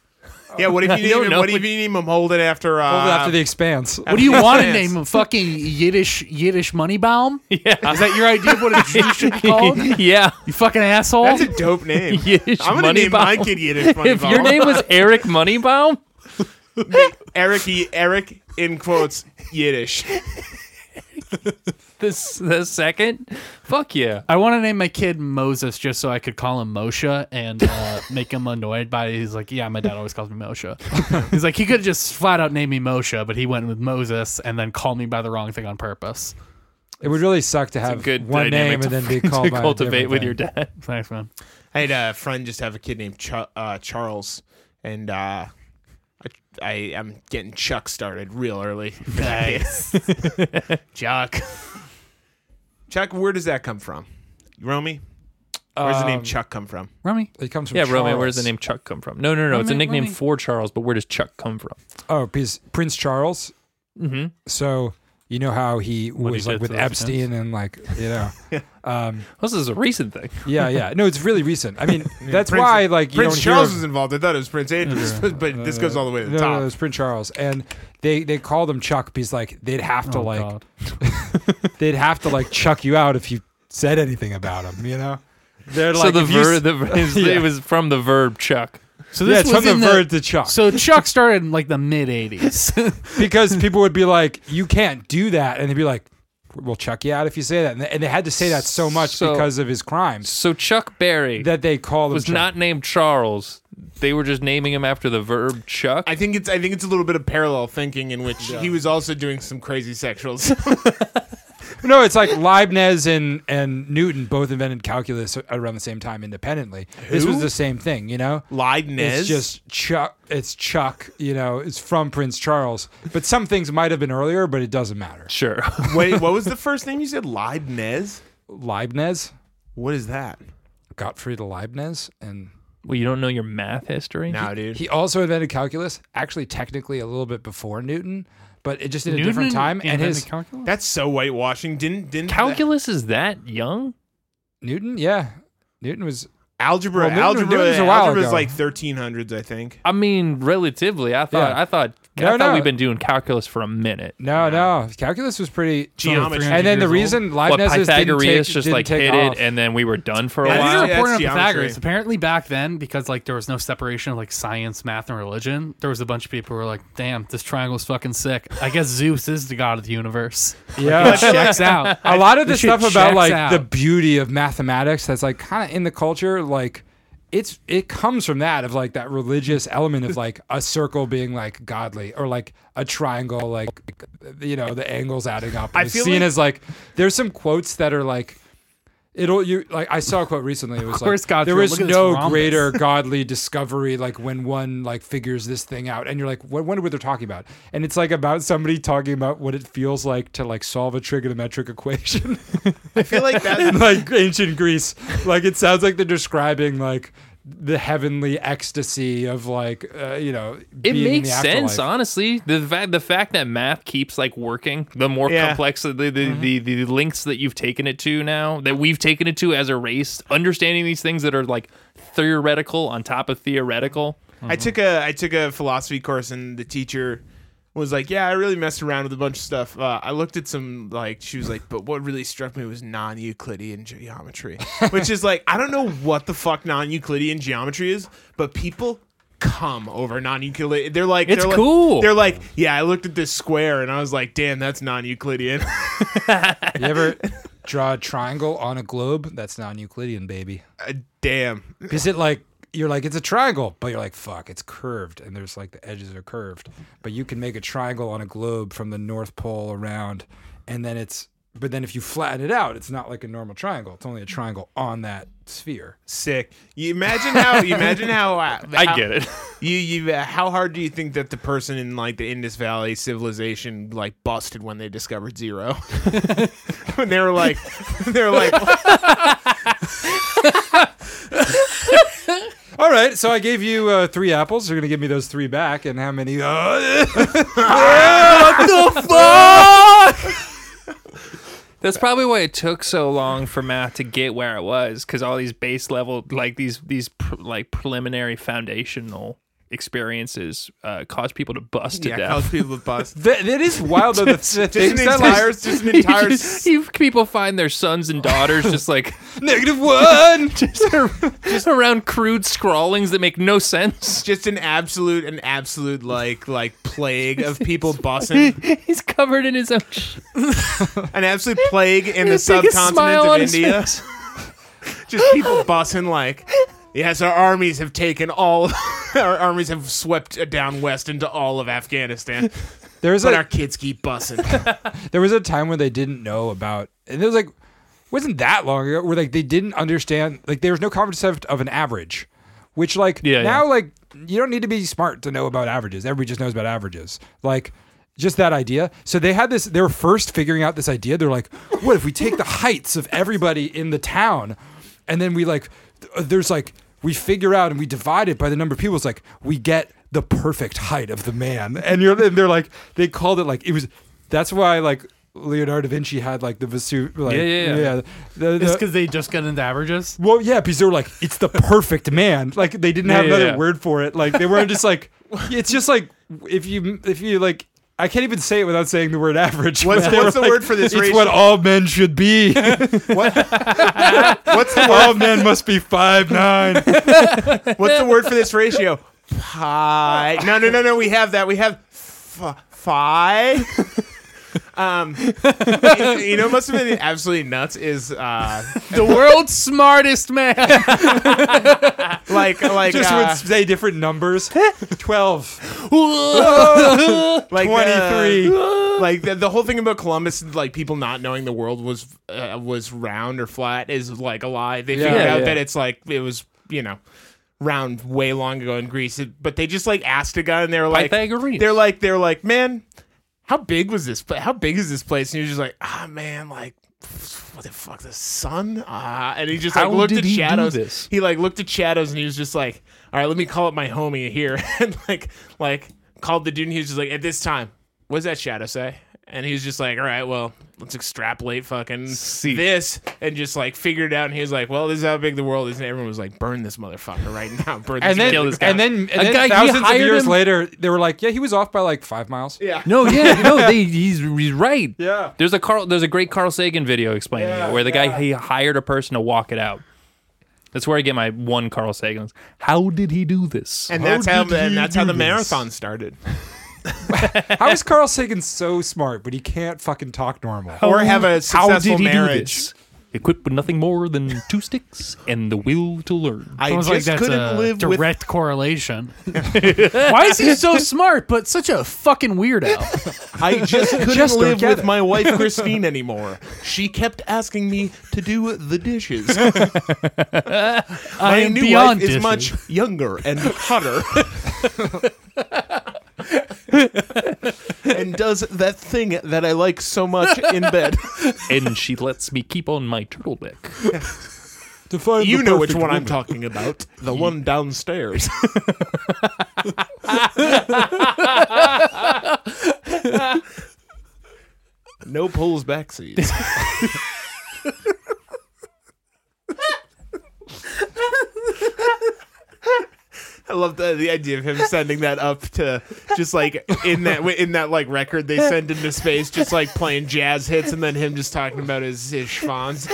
Speaker 5: Yeah, what if you
Speaker 3: don't
Speaker 5: name him,
Speaker 3: know.
Speaker 5: what if you name him Holden after uh,
Speaker 4: Hold it after the expanse.
Speaker 3: (laughs)
Speaker 6: What do you want to
Speaker 5: Yes.
Speaker 6: name him? Fucking Yiddish Yiddish Moneybaum?
Speaker 3: Yeah.
Speaker 6: Is that your idea of what a Jew should be
Speaker 3: (laughs)
Speaker 6: called?
Speaker 3: yeah.
Speaker 6: You fucking asshole.
Speaker 5: That's a dope name.
Speaker 3: Yiddish
Speaker 5: I'm gonna name my
Speaker 3: Moneyball.
Speaker 5: kid Yiddish
Speaker 3: If your
Speaker 5: Moneyball.
Speaker 3: name was Eric Moneybaum,
Speaker 5: Eric E- Eric in quotes Yiddish.
Speaker 3: this the second. Fuck yeah.
Speaker 6: I want to name my kid Moses just so I could call him Moshe
Speaker 4: (laughs)
Speaker 6: and uh, make him annoyed by it. He's like, yeah, my dad always calls me Moshe. (laughs) He's like, he could just flat out name me Moshe, but he went with Moses and then called me by the wrong thing on purpose.
Speaker 4: It would really suck to
Speaker 3: It's a
Speaker 4: have
Speaker 3: good
Speaker 4: one name
Speaker 3: dynamic
Speaker 4: and
Speaker 3: to,
Speaker 4: then be
Speaker 3: (laughs)
Speaker 4: called
Speaker 3: to
Speaker 4: by a
Speaker 3: cultivate
Speaker 4: different
Speaker 3: with
Speaker 4: thing.
Speaker 3: your dad.
Speaker 6: Thanks, man.
Speaker 5: I had a friend just have a kid named Ch- uh, Charles, and uh, I, I am getting Chuck started real early. for that kid. (laughs) Chuck. Chuck, where does that come from? Romy? Where's the name
Speaker 4: Um,
Speaker 5: Chuck come from?
Speaker 6: Rummy.
Speaker 4: It comes from
Speaker 3: Yeah, Romeo, where
Speaker 4: Charles.
Speaker 3: does the name Chuck come from? No, no, no. it's a
Speaker 6: Romeo-
Speaker 3: nickname
Speaker 6: Romeo.
Speaker 3: for Charles, but where does Chuck come from?
Speaker 4: Oh, because Prince Charles.
Speaker 3: Mm-hmm.
Speaker 4: So you know how he
Speaker 6: he
Speaker 4: was like
Speaker 6: did
Speaker 4: with
Speaker 6: to those
Speaker 4: Epstein and like you know, um,
Speaker 3: This is a recent
Speaker 4: (laughs)
Speaker 3: thing.
Speaker 4: yeah, yeah. No, it's really recent. I mean, that's
Speaker 5: Prince-
Speaker 4: why like you
Speaker 5: Prince
Speaker 4: don't
Speaker 5: Charles
Speaker 4: hear,
Speaker 5: was involved. I thought it was Prince Andrews, (laughs) but this goes all the way to the
Speaker 4: no,
Speaker 5: top.
Speaker 4: No, no, it's Prince Charles, and they they called him Chuck because like they'd have to
Speaker 6: Oh,
Speaker 4: like
Speaker 6: God.
Speaker 4: they'd have to like chuck you out if you said anything about him. You know, they're
Speaker 3: so the
Speaker 4: if you
Speaker 3: verb,
Speaker 4: s-
Speaker 3: the, his-
Speaker 4: (laughs) Yeah.
Speaker 3: it was from the verb Chuck.
Speaker 6: So
Speaker 4: yeah,
Speaker 6: this
Speaker 4: it's
Speaker 6: was
Speaker 4: from the
Speaker 6: in
Speaker 4: verb to chuck
Speaker 6: So Chuck started in like the mid
Speaker 4: (laughs)
Speaker 6: 80s.
Speaker 4: because people would be like, you can't do that, and they'd be like. We'll chuck you out if you say that, and they, and they had to say that so much
Speaker 3: So-
Speaker 4: because of his crimes
Speaker 3: So Chuck Berry
Speaker 4: that they called him.
Speaker 3: was
Speaker 4: Chuck.
Speaker 3: not named Charles. They were just naming him after the verb Chuck.
Speaker 5: I think it's I think it's a little bit of parallel thinking in which he was also doing some crazy (laughs) sexuals.
Speaker 4: No, it's like Leibniz and, and Newton both invented calculus around the same time independently. This was
Speaker 5: Who?
Speaker 4: the same thing, you know?
Speaker 5: Leibniz.
Speaker 4: It's just Chuck. It's Chuck, you know, it's from Prince Charles. But some things might have been earlier, but it doesn't matter.
Speaker 3: sure. (laughs)
Speaker 5: Wait, what was the first name you said? Leibniz?
Speaker 4: Leibniz,
Speaker 5: What is that?
Speaker 4: Gottfried Leibniz, and
Speaker 3: well, you don't know your math history.
Speaker 5: Now, dude.
Speaker 4: he also invented calculus, actually, technically a little bit before Newton, but it just at a different
Speaker 6: Newton
Speaker 4: time. And
Speaker 6: invented
Speaker 4: his
Speaker 6: calculus?
Speaker 5: That's so whitewashing. Didn't didn't
Speaker 3: Calculus is that young?
Speaker 4: Newton, yeah. Newton was,
Speaker 5: algebra
Speaker 4: Well, Newton-
Speaker 5: algebra
Speaker 4: Newton's a while
Speaker 5: algebra is
Speaker 4: ago.
Speaker 5: like 1300s, I think.
Speaker 3: I mean, relatively. I thought.
Speaker 4: Yeah.
Speaker 3: I thought. I
Speaker 4: No,
Speaker 3: thought
Speaker 4: no.
Speaker 3: we've been doing calculus for a minute.
Speaker 4: no, no. Calculus was pretty.
Speaker 5: Geometry.
Speaker 4: And then the
Speaker 6: years
Speaker 4: reason
Speaker 3: What
Speaker 4: Leibniz didn't take,
Speaker 3: Pythagoras just
Speaker 4: didn't
Speaker 3: like
Speaker 4: take
Speaker 3: hit
Speaker 4: off.
Speaker 3: it, and then we were done for a
Speaker 5: Yeah,
Speaker 6: I
Speaker 3: while.
Speaker 5: these
Speaker 6: did
Speaker 5: are-
Speaker 6: a
Speaker 5: Yeah,
Speaker 6: report on
Speaker 5: it's geometry.
Speaker 6: Pythagoras. Apparently, back then, because like there was no separation of like science, math, and religion, there was a bunch of people who were like, "Damn, this triangle's fucking sick." I guess Zeus is the god of the universe. (laughs)
Speaker 4: Yeah.
Speaker 6: Checks out.
Speaker 4: (laughs) a lot of the
Speaker 6: This shit
Speaker 4: stuff about
Speaker 6: checks
Speaker 4: like
Speaker 6: out.
Speaker 4: the beauty of mathematics that's like kind of in the culture like it's it comes from that of like that religious element of like a circle being like godly or like a triangle like you know the angles adding up
Speaker 5: I
Speaker 4: It's
Speaker 5: feel
Speaker 4: seen
Speaker 5: like-
Speaker 4: as like there's some quotes that are like it'll you like I saw a quote recently it was
Speaker 6: course
Speaker 4: like
Speaker 6: God's
Speaker 4: there
Speaker 6: gonna
Speaker 4: was
Speaker 6: look at this
Speaker 4: no
Speaker 6: rhombus.
Speaker 4: greater godly discovery like when one like figures this thing out and you're like what wonder what they're talking about and it's like about somebody talking about what it feels like to like solve a trigonometric equation (laughs)
Speaker 5: I feel like
Speaker 4: in
Speaker 5: that
Speaker 4: like ancient Greece. Like it sounds like they're describing like the heavenly ecstasy of like uh, you know
Speaker 3: It
Speaker 4: being in
Speaker 3: makes
Speaker 4: the
Speaker 3: sense,
Speaker 4: afterlife.
Speaker 3: honestly. The fact the fact that math keeps like working, the more
Speaker 5: Yeah.
Speaker 3: complex the the,
Speaker 4: Mm-hmm.
Speaker 3: the the links that you've taken it to now, that we've taken it to as a race, understanding these things that are like theoretical on top of theoretical.
Speaker 5: I
Speaker 4: Hmm.
Speaker 5: took a I took a philosophy course and the teacher was like, "Yeah, I really messed around with a bunch of stuff." Uh, I looked at some like she was like, "But what really struck me was non-Euclidean
Speaker 4: (laughs)
Speaker 5: geometry." Which is like, I don't know what the fuck non-Euclidean geometry is, but people come over non-Euclidean. They're like,
Speaker 3: It's
Speaker 5: they're
Speaker 3: cool.
Speaker 5: Like, they're like, "Yeah, I looked at this square and I was like, "Damn, that's non-Euclidean." (laughs)
Speaker 4: You ever draw a triangle on a globe? That's non-Euclidean, baby.
Speaker 5: Uh, Damn.
Speaker 4: Is it like you're like it's a triangle, but you're like fuck, it's curved, and there's like the edges are curved, but you can make a triangle on a globe from the North Pole around, and then it's but then if you flatten it out, it's not like a normal triangle. It's only a triangle on that sphere.
Speaker 5: Sick. You imagine how you imagine how, uh,
Speaker 3: I
Speaker 5: how-
Speaker 3: get it. (laughs)
Speaker 5: You you uh, how hard do you think that the person in like the Indus Valley civilization like busted when they discovered zero? (laughs) when they were like (laughs) they were like
Speaker 4: All right, so I gave you uh, three apples. You're gonna give me those three back, and how many? Uh, (laughs)
Speaker 3: That's probably why it took so long for math to get where it was, because all these base level, like these these pr- like preliminary foundational experiences uh, cause people to bust to
Speaker 5: yeah,
Speaker 3: (laughs) death.
Speaker 5: college people with bus.
Speaker 4: That, that is wild though. The, the
Speaker 5: Just
Speaker 4: things
Speaker 5: an
Speaker 4: that
Speaker 5: entire,
Speaker 4: like
Speaker 5: just an
Speaker 3: (laughs)
Speaker 5: entire.
Speaker 3: Just- you- people find their sons and daughters
Speaker 5: (laughs)
Speaker 3: just like
Speaker 4: negative
Speaker 3: (laughs)
Speaker 4: one.
Speaker 3: just, ar- just around crude scrawlings that make
Speaker 5: (laughs)
Speaker 3: no sense. (laughs)
Speaker 5: just an absolute, an absolute like like plague of people
Speaker 3: (laughs)
Speaker 5: bussing,
Speaker 3: He's covered in his own. sh-
Speaker 5: an absolute plague in the
Speaker 3: biggest smile
Speaker 5: subcontinent
Speaker 3: on
Speaker 5: of
Speaker 3: his
Speaker 5: India. Just (laughs) people bussing like, yes, our armies have taken all, (laughs) our armies have swept down west into all of Afghanistan,
Speaker 4: There was
Speaker 5: but
Speaker 4: like
Speaker 5: our kids keep bussing.
Speaker 4: there was a time where they didn't know about, and it was like wasn't that long ago where like they didn't understand like there was no concept of an average, which like
Speaker 3: Yeah,
Speaker 4: now
Speaker 3: yeah.
Speaker 4: like you don't need to be smart to know about averages. Everybody just knows about averages. Like just that idea. So they had this. They were first figuring out this idea. They're like, what if we take the heights of everybody in the town, and then we like th- there's like we figure out and we divide it by the number of people. It's like we get the perfect height of the man. And you're and they're like they called it like it was. That's why like. Leonardo da Vinci had like the Vesuv, like,
Speaker 3: Yeah, yeah, yeah.
Speaker 4: The- the-
Speaker 6: It's because they just got into averages.
Speaker 4: well, yeah, because they were like, it's the perfect man. Like they didn't have
Speaker 3: Yeah, yeah,
Speaker 4: another
Speaker 3: yeah.
Speaker 4: word for it. Like they weren't just like, it's just like if you if you like. I can't even say it without saying the word average.
Speaker 5: What's-
Speaker 4: but they were
Speaker 5: what's the word for this
Speaker 4: It's
Speaker 5: ratio?"
Speaker 4: what all men
Speaker 5: (laughs)
Speaker 4: should be.
Speaker 5: What? (laughs) What's the
Speaker 4: all men must be five
Speaker 5: (laughs)
Speaker 4: nine.
Speaker 5: What's the word for this ratio? Pi. No, no, no, no. We have that. We have f- (laughs) phi. Um, you know, must have been absolutely nuts. Is uh,
Speaker 6: The world's smartest man.
Speaker 5: (laughs) like like
Speaker 4: Just
Speaker 5: uh,
Speaker 4: would say
Speaker 5: (laughs)
Speaker 4: different numbers. Twelve.
Speaker 5: like uh,
Speaker 3: (laughs)
Speaker 4: 23.
Speaker 5: like the, the whole thing about Columbus, like people not knowing the world was uh, was round or flat, is like a lie. They figured
Speaker 3: Yeah,
Speaker 5: out
Speaker 3: yeah.
Speaker 5: that it's like it was you know round way long ago in Greece, It- but they just like asked a guy and they were like
Speaker 3: Pythagorean.
Speaker 5: They're like they're like man, how big was this? pla- How big is this place? And he was just like ah man like. What the fuck, the sun? Ah, and he just like
Speaker 3: How
Speaker 5: looked
Speaker 3: did
Speaker 5: at
Speaker 3: he do
Speaker 5: shadows.
Speaker 3: this?
Speaker 5: He like looked at shadows and he was just like, "All right, let me call up my homie here," (laughs) and like like called the dude. and He was just like, "At this time, what does that shadow say?" And he was just like, "All right, well, let's extrapolate fucking
Speaker 3: See.
Speaker 5: this," and just like figured it out. And he was like, "Well, this is how big the world is." And everyone was like, "Burn this motherfucker right now! Burn this!"
Speaker 4: And then,
Speaker 3: Kill
Speaker 5: motherfucker."
Speaker 3: this guy.
Speaker 4: and then, and
Speaker 3: A
Speaker 4: then
Speaker 3: guy, he
Speaker 4: thousands of
Speaker 3: hired
Speaker 4: years
Speaker 3: him-
Speaker 4: later, they were like, "Yeah, he was off by like five miles."
Speaker 5: yeah,
Speaker 3: No, yeah, no, they, he's, he's right.
Speaker 4: Yeah.
Speaker 3: There's a Carl. There's a great Carl Sagan video explaining it, where the guy he hired a person to walk it out. That's where I get my one Carl Sagan. How did he do this?
Speaker 5: and that's how and that's how the marathon started,
Speaker 4: How is Carl Sagan so smart, but he can't fucking talk normal?
Speaker 5: or have a
Speaker 3: Oh, how
Speaker 5: successful
Speaker 3: did he
Speaker 5: marriage.
Speaker 3: do this? Equipped with nothing more than two sticks and the will to learn.
Speaker 5: I
Speaker 6: Someone's
Speaker 5: just
Speaker 6: like that's
Speaker 5: couldn't
Speaker 6: a
Speaker 5: live with (laughs)
Speaker 6: direct correlation. Why is he so smart but such a fucking weirdo?
Speaker 5: I just couldn't
Speaker 4: Just don't
Speaker 5: live
Speaker 4: get
Speaker 5: with
Speaker 4: it.
Speaker 5: my wife Christine anymore. She kept asking me to do the dishes. my
Speaker 6: am
Speaker 5: new wife
Speaker 6: beyond
Speaker 5: is
Speaker 6: dishes.
Speaker 5: much younger and hotter. (laughs) and does that thing that I like so much in bed.
Speaker 3: and she lets me keep on my turtleneck.
Speaker 4: To find
Speaker 5: (laughs) (laughs) You
Speaker 4: the
Speaker 5: know which
Speaker 4: perfect
Speaker 5: one I'm
Speaker 4: woman.
Speaker 5: talking about. (laughs) The one (laughs) downstairs. no pulls back (laughs) seats. I love the, the idea of him sending that up to just like in that in that like record they send into space, just like playing jazz hits, and then him just talking about his his schwans.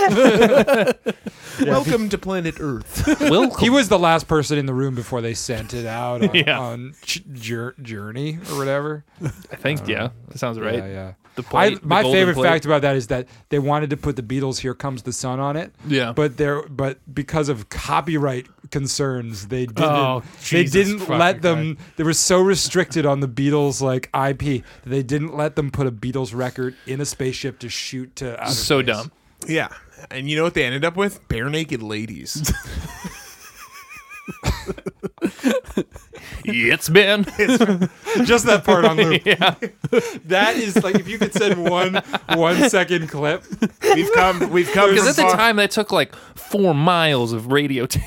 Speaker 5: Welcome to planet Earth.
Speaker 3: Will
Speaker 4: (laughs) He was the last person in the room before they sent it out
Speaker 3: (laughs)
Speaker 4: on,
Speaker 3: Yeah.
Speaker 4: on ch- jour- journey or whatever.
Speaker 3: I think yeah, that sounds right.
Speaker 4: Uh, Yeah, yeah.
Speaker 3: The plate,
Speaker 4: I-
Speaker 3: the
Speaker 4: my
Speaker 3: golden
Speaker 4: favorite
Speaker 3: plate.
Speaker 4: fact about that is that they wanted to put the Beatles "Here Comes the Sun" on it.
Speaker 3: Yeah.
Speaker 4: but there, but because of copyright concerns, they didn't.
Speaker 6: Oh,
Speaker 4: they
Speaker 6: Jesus
Speaker 4: didn't
Speaker 6: fucking
Speaker 4: let them. They were so restricted on the Beatles like IP that they didn't let them put a Beatles record in a spaceship to shoot to. outer
Speaker 3: So
Speaker 4: space.
Speaker 3: dumb.
Speaker 5: Yeah. And you know what they ended up with? Bare naked ladies.
Speaker 3: It's
Speaker 5: (laughs)
Speaker 3: been.
Speaker 4: Just that part
Speaker 3: (laughs)
Speaker 4: on loop. That is like if you could send one one second clip.
Speaker 5: We've come we've come
Speaker 3: Because
Speaker 5: from
Speaker 3: at the
Speaker 5: far-
Speaker 3: time that took like four miles of radio tape.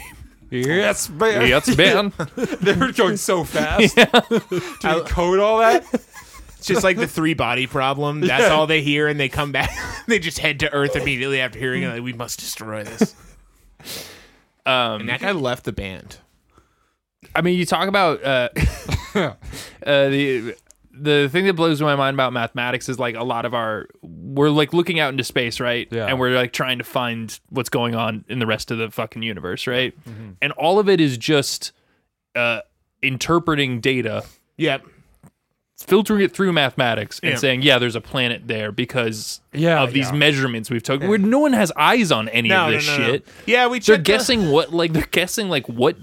Speaker 4: Yes, man.
Speaker 3: It's
Speaker 5: (laughs)
Speaker 3: been.
Speaker 4: They were going so fast (laughs) to encode all that.
Speaker 5: It's just like the three body problem. That's all they hear and they come back. (laughs) they just head to Earth immediately after hearing it. Like, we must destroy this.
Speaker 3: Um,
Speaker 5: And that guy left the band.
Speaker 3: I mean, you talk about
Speaker 5: (laughs)
Speaker 3: uh, (laughs) uh, the the thing that blows my mind about mathematics is like a lot of our we're like looking out into space, right?
Speaker 4: Yeah.
Speaker 3: And we're like trying to find what's going on in the rest of the fucking universe, right?
Speaker 5: Mm-hmm.
Speaker 3: And all of it is just uh, interpreting data
Speaker 5: Yep.
Speaker 3: filtering it through mathematics and
Speaker 5: Yeah.
Speaker 3: saying, yeah, there's a planet there because
Speaker 4: Yeah,
Speaker 3: of these
Speaker 4: yeah.
Speaker 3: measurements we've taken. Where no one has eyes on any
Speaker 5: No,
Speaker 3: of
Speaker 5: no,
Speaker 3: this
Speaker 5: no, no.
Speaker 3: shit.
Speaker 5: Yeah, we uh,
Speaker 3: They're
Speaker 5: checked the-
Speaker 3: guessing what, like, they're guessing like what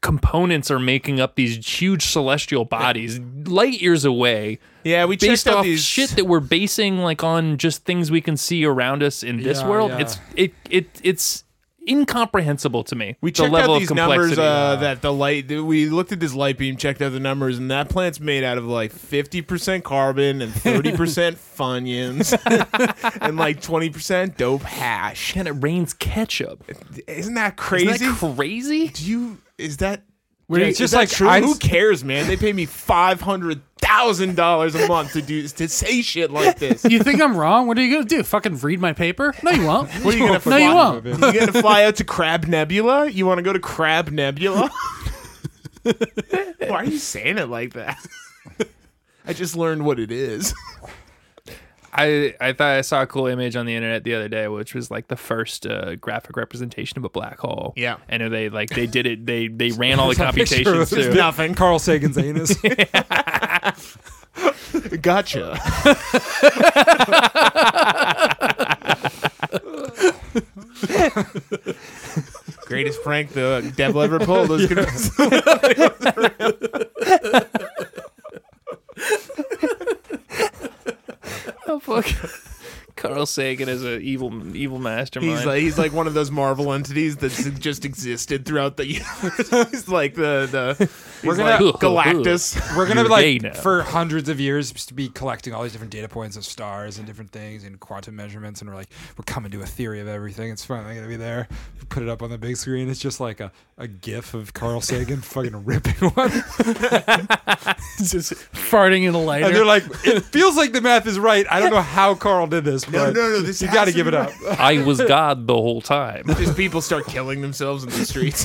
Speaker 3: components are making up these huge celestial bodies, light years away.
Speaker 5: Yeah, we
Speaker 3: based
Speaker 5: checked out
Speaker 3: off
Speaker 5: these-
Speaker 3: shit that we're basing like on just things we can see around us in this
Speaker 4: Yeah,
Speaker 3: world.
Speaker 4: yeah.
Speaker 3: It's it it it's incomprehensible to me.
Speaker 5: We
Speaker 3: the
Speaker 5: checked
Speaker 3: level
Speaker 5: out these
Speaker 3: of complexity.
Speaker 5: numbers uh, that the light. We looked at this light beam, checked out the numbers, and that plant's made out of like fifty percent carbon and thirty percent funyuns (laughs) and like twenty percent dope hash.
Speaker 3: and it rains ketchup. Isn't
Speaker 5: Isn't that
Speaker 3: that
Speaker 5: crazy?
Speaker 3: crazy?
Speaker 5: Do you? Is that?
Speaker 4: Wait,
Speaker 5: is
Speaker 4: it's just
Speaker 5: that
Speaker 4: like
Speaker 5: true?
Speaker 4: I-
Speaker 5: who cares, man? They pay me five hundred thousand dollars a month to do to say shit like this.
Speaker 6: You think I'm wrong? What are you gonna do? Fucking read my paper? No, you won't.
Speaker 5: (laughs) What are you gonna
Speaker 6: (laughs) No,
Speaker 5: fly?
Speaker 6: you won't.
Speaker 5: You gonna fly out to Crab Nebula? You want to go to Crab (laughs) Nebula? Why are you saying it like that? I just learned what it is.
Speaker 3: I, I thought I saw a cool image on the internet the other day, which was like the first uh, graphic representation of a black hole.
Speaker 5: Yeah.
Speaker 3: and they like they did it.
Speaker 5: (laughs)
Speaker 3: They they ran all the
Speaker 4: Picture of
Speaker 3: computations through.
Speaker 5: Nothing.
Speaker 4: Carl
Speaker 5: (laughs)
Speaker 4: Sagan's anus.
Speaker 5: Gotcha. Greatest prank the devil ever pulled. Those (laughs) could-
Speaker 3: Oh, (laughs) fuck. Carl Sagan is an evil evil mastermind.
Speaker 5: He's like he's like one of those Marvel entities that just existed throughout the (laughs) universe. he's like the the he's
Speaker 3: We're gonna-
Speaker 5: like Galactus.
Speaker 4: We're gonna
Speaker 3: You're
Speaker 4: be
Speaker 3: gay
Speaker 4: like
Speaker 3: now.
Speaker 4: for hundreds of years just to be collecting all these different data points of stars and different things and quantum measurements, and we're like we're coming to a theory of everything. It's finally gonna be there. Put it up on the big screen. It's just like a, a GIF of
Speaker 5: (laughs)
Speaker 4: Carl Sagan fucking ripping one.
Speaker 6: Just farting in a lighter.
Speaker 4: And they're like,
Speaker 5: (laughs)
Speaker 4: it feels like the math is right. I don't know how Carl did this, but
Speaker 5: no, no, this
Speaker 4: you
Speaker 5: has
Speaker 4: got to
Speaker 5: to
Speaker 4: give
Speaker 5: be
Speaker 4: it up.
Speaker 3: I was God the whole
Speaker 5: (laughs)
Speaker 3: time.
Speaker 5: Just people start killing themselves in the streets.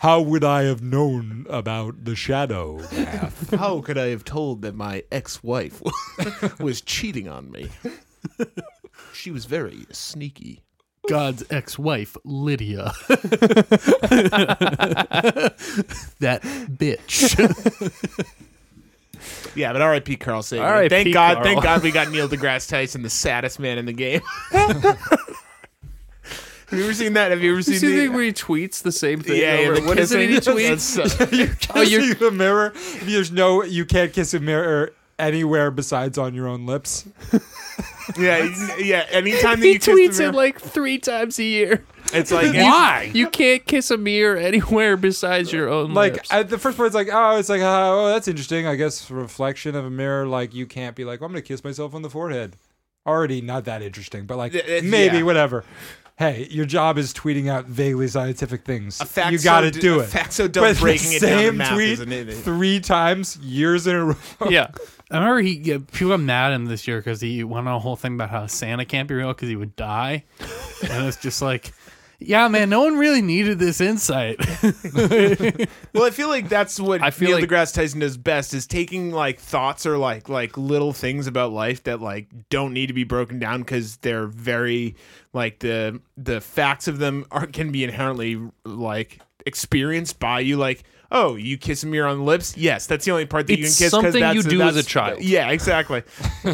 Speaker 4: (laughs) How would I have known about
Speaker 5: (laughs)
Speaker 4: the shadow?
Speaker 5: (laughs) How could I have told that my ex-wife (laughs) was cheating on me? She was very sneaky.
Speaker 6: God's ex-wife
Speaker 5: (laughs)
Speaker 6: Lydia. that bitch.
Speaker 5: (laughs) Yeah, but R.I.P. Carl Sagan.
Speaker 3: R.I.P.
Speaker 5: Thank God,
Speaker 3: Carl.
Speaker 5: thank God, we got Neil deGrasse Tyson, the saddest man in the game. (laughs) have you ever seen that? Have you ever seen,
Speaker 3: You see the thing
Speaker 5: the?
Speaker 3: where he tweets the same thing?
Speaker 5: yeah, yeah,
Speaker 3: over-
Speaker 5: the
Speaker 3: what is it
Speaker 5: (laughs)
Speaker 3: he
Speaker 5: kissing?
Speaker 3: tweets?
Speaker 5: That's so-
Speaker 4: oh, you're the mirror. There's no, you can't kiss a mirror anywhere besides on your own lips.
Speaker 5: yeah, yeah. Anytime that
Speaker 3: He
Speaker 5: you kiss
Speaker 3: tweets
Speaker 5: the
Speaker 3: it
Speaker 5: mirror,
Speaker 3: like three times
Speaker 5: (laughs)
Speaker 3: a year.
Speaker 5: it's
Speaker 3: (laughs)
Speaker 5: like
Speaker 3: You can't kiss a mirror anywhere besides your own
Speaker 4: Like
Speaker 3: lips.
Speaker 4: at the first part, it's like, oh, it's like, uh, oh, that's interesting. I guess reflection of a mirror. Like you can't be like, well, I'm gonna kiss myself on the forehead. Already not that interesting, but like
Speaker 5: Th- it's-
Speaker 4: maybe
Speaker 5: yeah.
Speaker 4: whatever. Hey, your job is tweeting out vaguely scientific things.
Speaker 5: A fact
Speaker 4: you
Speaker 5: so
Speaker 4: got to
Speaker 5: d-
Speaker 4: do
Speaker 5: a
Speaker 4: it.
Speaker 5: fact so dumb
Speaker 4: But the
Speaker 5: breaking it down to
Speaker 4: same
Speaker 5: math
Speaker 4: tweet
Speaker 5: is an idiot.
Speaker 4: three times, years in a row. (laughs)
Speaker 3: yeah.
Speaker 6: I remember he yeah, people got mad at him this year because he went on a whole thing about how Santa can't be real because he would die, and it's just like, yeah, man, no one really needed this insight.
Speaker 5: Well, I feel like that's what
Speaker 3: I feel
Speaker 5: Neil
Speaker 3: like-
Speaker 5: deGrasse Tyson does best is taking like thoughts or like like little things about life that like don't need to be broken down because they're very like the the facts of them are can be inherently like experienced by you like. Oh, you kiss a mirror on the lips? Yes, that's the only part that you
Speaker 3: It's
Speaker 5: can kiss. 'cause
Speaker 3: something
Speaker 5: that's,
Speaker 3: you do as
Speaker 5: that's-
Speaker 3: a child.
Speaker 5: Yeah, exactly.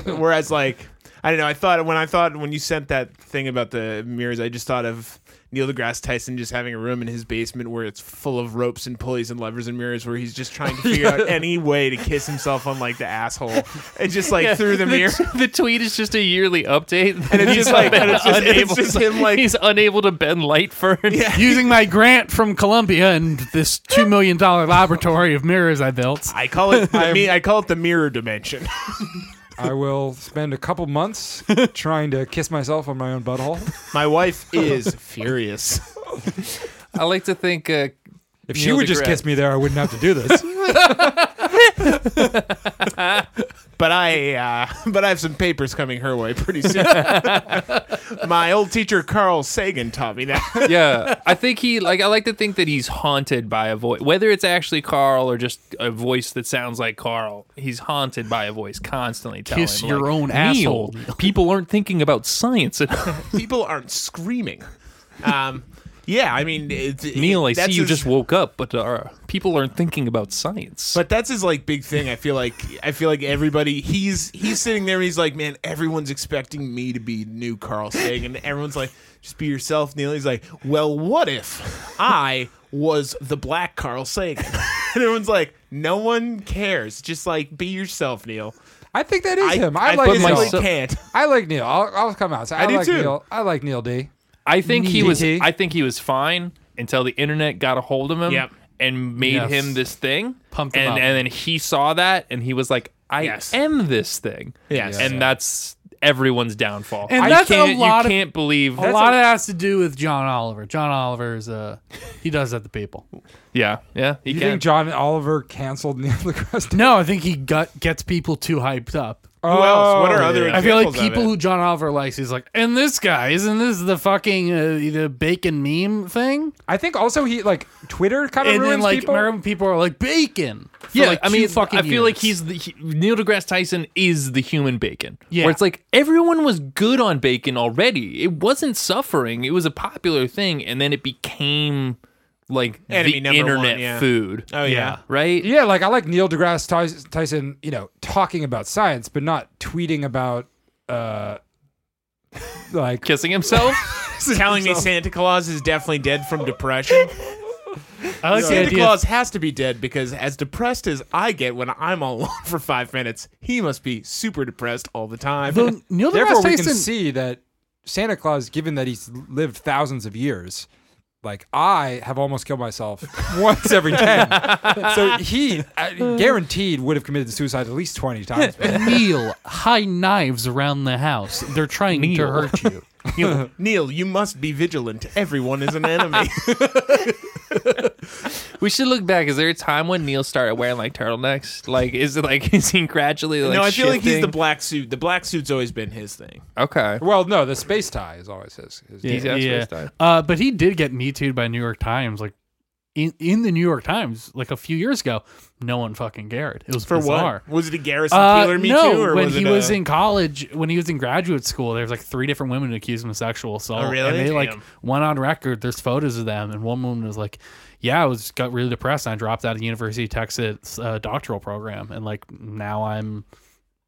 Speaker 5: Whereas, like, I don't know. I thought when I thought when you sent that thing about the mirrors, I just thought of Neil deGrasse Tyson just having a room in his basement where it's full of ropes and pulleys and levers and mirrors, where he's just trying to figure out any way to kiss himself on like the asshole, and just like (laughs) through the mirror.
Speaker 3: (laughs) The tweet is just a yearly update, and
Speaker 5: it's just
Speaker 3: (laughs)
Speaker 5: like- and it's just- it's just him, like-
Speaker 3: he's unable to bend light fern. Yeah.
Speaker 6: Using my grant from Columbia and this two million dollar laboratory of mirrors I built.
Speaker 5: I call it. I mean, I call it the mirror dimension. (laughs)
Speaker 4: I will spend a couple months trying to kiss myself on my own butthole.
Speaker 5: My wife is furious.
Speaker 3: I like to think. Uh,
Speaker 4: If she
Speaker 3: Neil
Speaker 4: would just
Speaker 6: (laughs)
Speaker 3: deGrasse.
Speaker 4: kiss me there, I wouldn't have to do this.
Speaker 5: But I, uh, but I have some papers coming her way pretty soon. (laughs) My old teacher Carl Sagan taught me that.
Speaker 3: yeah, I think he like I like to think that he's haunted by a voice, whether it's actually Carl or just a voice that sounds like Carl. He's haunted by a voice constantly telling
Speaker 6: Kiss
Speaker 3: him,
Speaker 6: your
Speaker 3: like,
Speaker 6: own
Speaker 3: "Neil,
Speaker 6: asshole."
Speaker 3: People aren't thinking about science.
Speaker 6: (laughs)
Speaker 3: enough."
Speaker 5: People aren't screaming. Um, yeah, I mean, it, it-
Speaker 3: Neil, I see
Speaker 5: that's
Speaker 3: you
Speaker 5: his-
Speaker 3: just woke up, but uh, people aren't thinking about science.
Speaker 5: But that's his like big thing. I feel like I feel like everybody he's he's sitting there and he's like, man, everyone's expecting me to be new Carl Sagan. Everyone's like, just be yourself, Neil. He's like, well, what if I was the black Carl Sagan? (laughs) And everyone's like, no one cares. Just like be yourself, Neil.
Speaker 4: I think that is
Speaker 5: I,
Speaker 4: him. I,
Speaker 5: I,
Speaker 4: like Neil.
Speaker 5: physically
Speaker 3: myself.
Speaker 5: can't.
Speaker 4: I like Neil. I'll, I'll come out. I,
Speaker 5: do
Speaker 4: like
Speaker 5: too.
Speaker 4: Neil. I like Neil D.
Speaker 3: I think he was.
Speaker 4: DT?
Speaker 3: I think he was fine until the internet got a hold of him
Speaker 5: Yep.
Speaker 3: and made
Speaker 6: Yes.
Speaker 3: him this thing.
Speaker 6: Pumped him
Speaker 3: and
Speaker 6: up.
Speaker 3: and then he saw that and he was like, "I
Speaker 5: Yes.
Speaker 3: am this thing."
Speaker 5: Yes.
Speaker 3: and that's everyone's downfall.
Speaker 6: And
Speaker 3: I
Speaker 6: that's a
Speaker 3: can't,
Speaker 6: lot
Speaker 3: You
Speaker 6: of-
Speaker 3: can't believe.
Speaker 6: a lot of that has to do with John Oliver. John Oliver is uh he does that to people.
Speaker 3: yeah, yeah. He
Speaker 4: You
Speaker 3: can.
Speaker 4: think John Oliver canceled (laughs) Neil deGrasse?
Speaker 6: (laughs) No, I think he gut gets people too hyped up.
Speaker 4: Who
Speaker 5: Who else? What are
Speaker 4: Oh,
Speaker 5: other?
Speaker 3: yeah.
Speaker 6: I feel like
Speaker 5: examples of
Speaker 6: people
Speaker 5: it?
Speaker 6: who John Oliver likes, he's like, and this guy isn't this the fucking uh, the bacon meme thing?
Speaker 4: I think also he like Twitter kind of
Speaker 6: And
Speaker 4: ruins
Speaker 6: then like
Speaker 4: people.
Speaker 6: remember when people are like bacon. for,
Speaker 3: yeah,
Speaker 6: like,
Speaker 3: I
Speaker 6: two
Speaker 3: mean,
Speaker 6: fucking
Speaker 3: I feel like
Speaker 6: years."
Speaker 3: he's the, he, Neil deGrasse Tyson is the human bacon.
Speaker 6: Yeah.
Speaker 3: where it's like everyone was good on bacon already. It wasn't suffering. It was a popular thing, and then it became like
Speaker 5: Enemy
Speaker 3: the
Speaker 5: number one,
Speaker 3: internet
Speaker 5: yeah.
Speaker 3: food.
Speaker 5: Oh yeah.
Speaker 3: Right?
Speaker 4: yeah, like I like Neil deGrasse Ty- Tyson, you know, talking about science, but not tweeting about uh (laughs) like
Speaker 5: (laughs)
Speaker 3: Kissing himself. (laughs)
Speaker 5: Telling me Santa Claus is definitely dead from depression.
Speaker 6: I like the
Speaker 5: Santa
Speaker 6: idea-
Speaker 5: Claus has to be dead because, as depressed as I get when I'm all (laughs) alone for five minutes, he must be super depressed all the time.
Speaker 6: Though Neil
Speaker 4: therefore
Speaker 6: deGrasse
Speaker 4: we
Speaker 5: (laughs)
Speaker 4: can
Speaker 6: Tyson
Speaker 4: see that Santa Claus, given that he's lived thousands of years, like I have almost killed myself (laughs) once every ten. so he I, guaranteed would have committed suicide at least
Speaker 5: (laughs)
Speaker 4: twenty times.
Speaker 6: Neil high knives around the house. They're trying to hurt you.
Speaker 5: Neil, (laughs) Neil, you must be vigilant. Everyone is an
Speaker 6: (laughs)
Speaker 5: enemy.
Speaker 3: we should look back. Is there a time when Neil started wearing like turtlenecks? Like, is it like (laughs) is he gradually like?
Speaker 5: no, I feel like he's the
Speaker 3: shifting?
Speaker 5: black suit. The black suit's always been his thing.
Speaker 3: okay.
Speaker 4: well, no, the space tie is always his. his
Speaker 3: Yeah. Easy ass waist time.
Speaker 6: Uh, but he did get me too by New York Times, like in, in the New York Times, like a few years ago. No one fucking cared. It was
Speaker 5: For
Speaker 6: bizarre.
Speaker 5: what? Was it a Garrison
Speaker 6: Uh,
Speaker 5: Keeler Me
Speaker 6: no,
Speaker 5: Too? Or
Speaker 6: when
Speaker 5: was
Speaker 6: he
Speaker 5: it a-
Speaker 6: was in college, when he was in graduate school, there was like three different women who accused him of sexual assault.
Speaker 5: Oh, really?
Speaker 6: And they like
Speaker 5: Damn.
Speaker 6: went on record. There's photos of them, and one woman was like, "Yeah, I was got really depressed. And I dropped out of University of Texas uh, doctoral program, and like now I'm."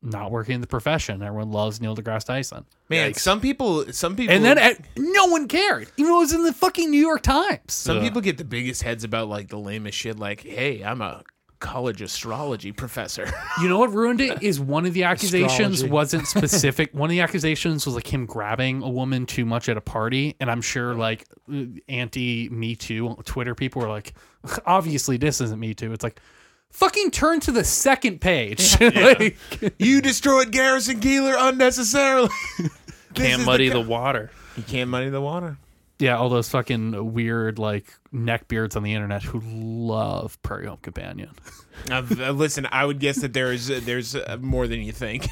Speaker 6: Not working in the profession. Everyone loves Neil deGrasse Tyson.
Speaker 5: man, some people, some people,
Speaker 6: And then uh, no one cared. Even though it was in the fucking New York Times.
Speaker 5: some people get the biggest heads about like the lamest shit. Like, hey, I'm a college astrology professor. (laughs)
Speaker 6: You know what ruined it is one of the accusations
Speaker 4: Astrology.
Speaker 6: wasn't specific. one of the accusations was like him grabbing a woman too much at a party, and I'm sure like uh, anti Me Too Twitter people were like, (laughs) obviously this isn't Me Too. It's like fucking turn to the second page. (laughs) Like,
Speaker 5: you destroyed Garrison Keeler unnecessarily. (laughs)
Speaker 3: Can't muddy the water.
Speaker 5: you can't muddy the water.
Speaker 6: yeah, all those fucking weird like neckbeards on the internet who love Prairie Home Companion.
Speaker 5: Uh, uh, listen, I would guess that there's uh, there's uh, more than you (laughs) think.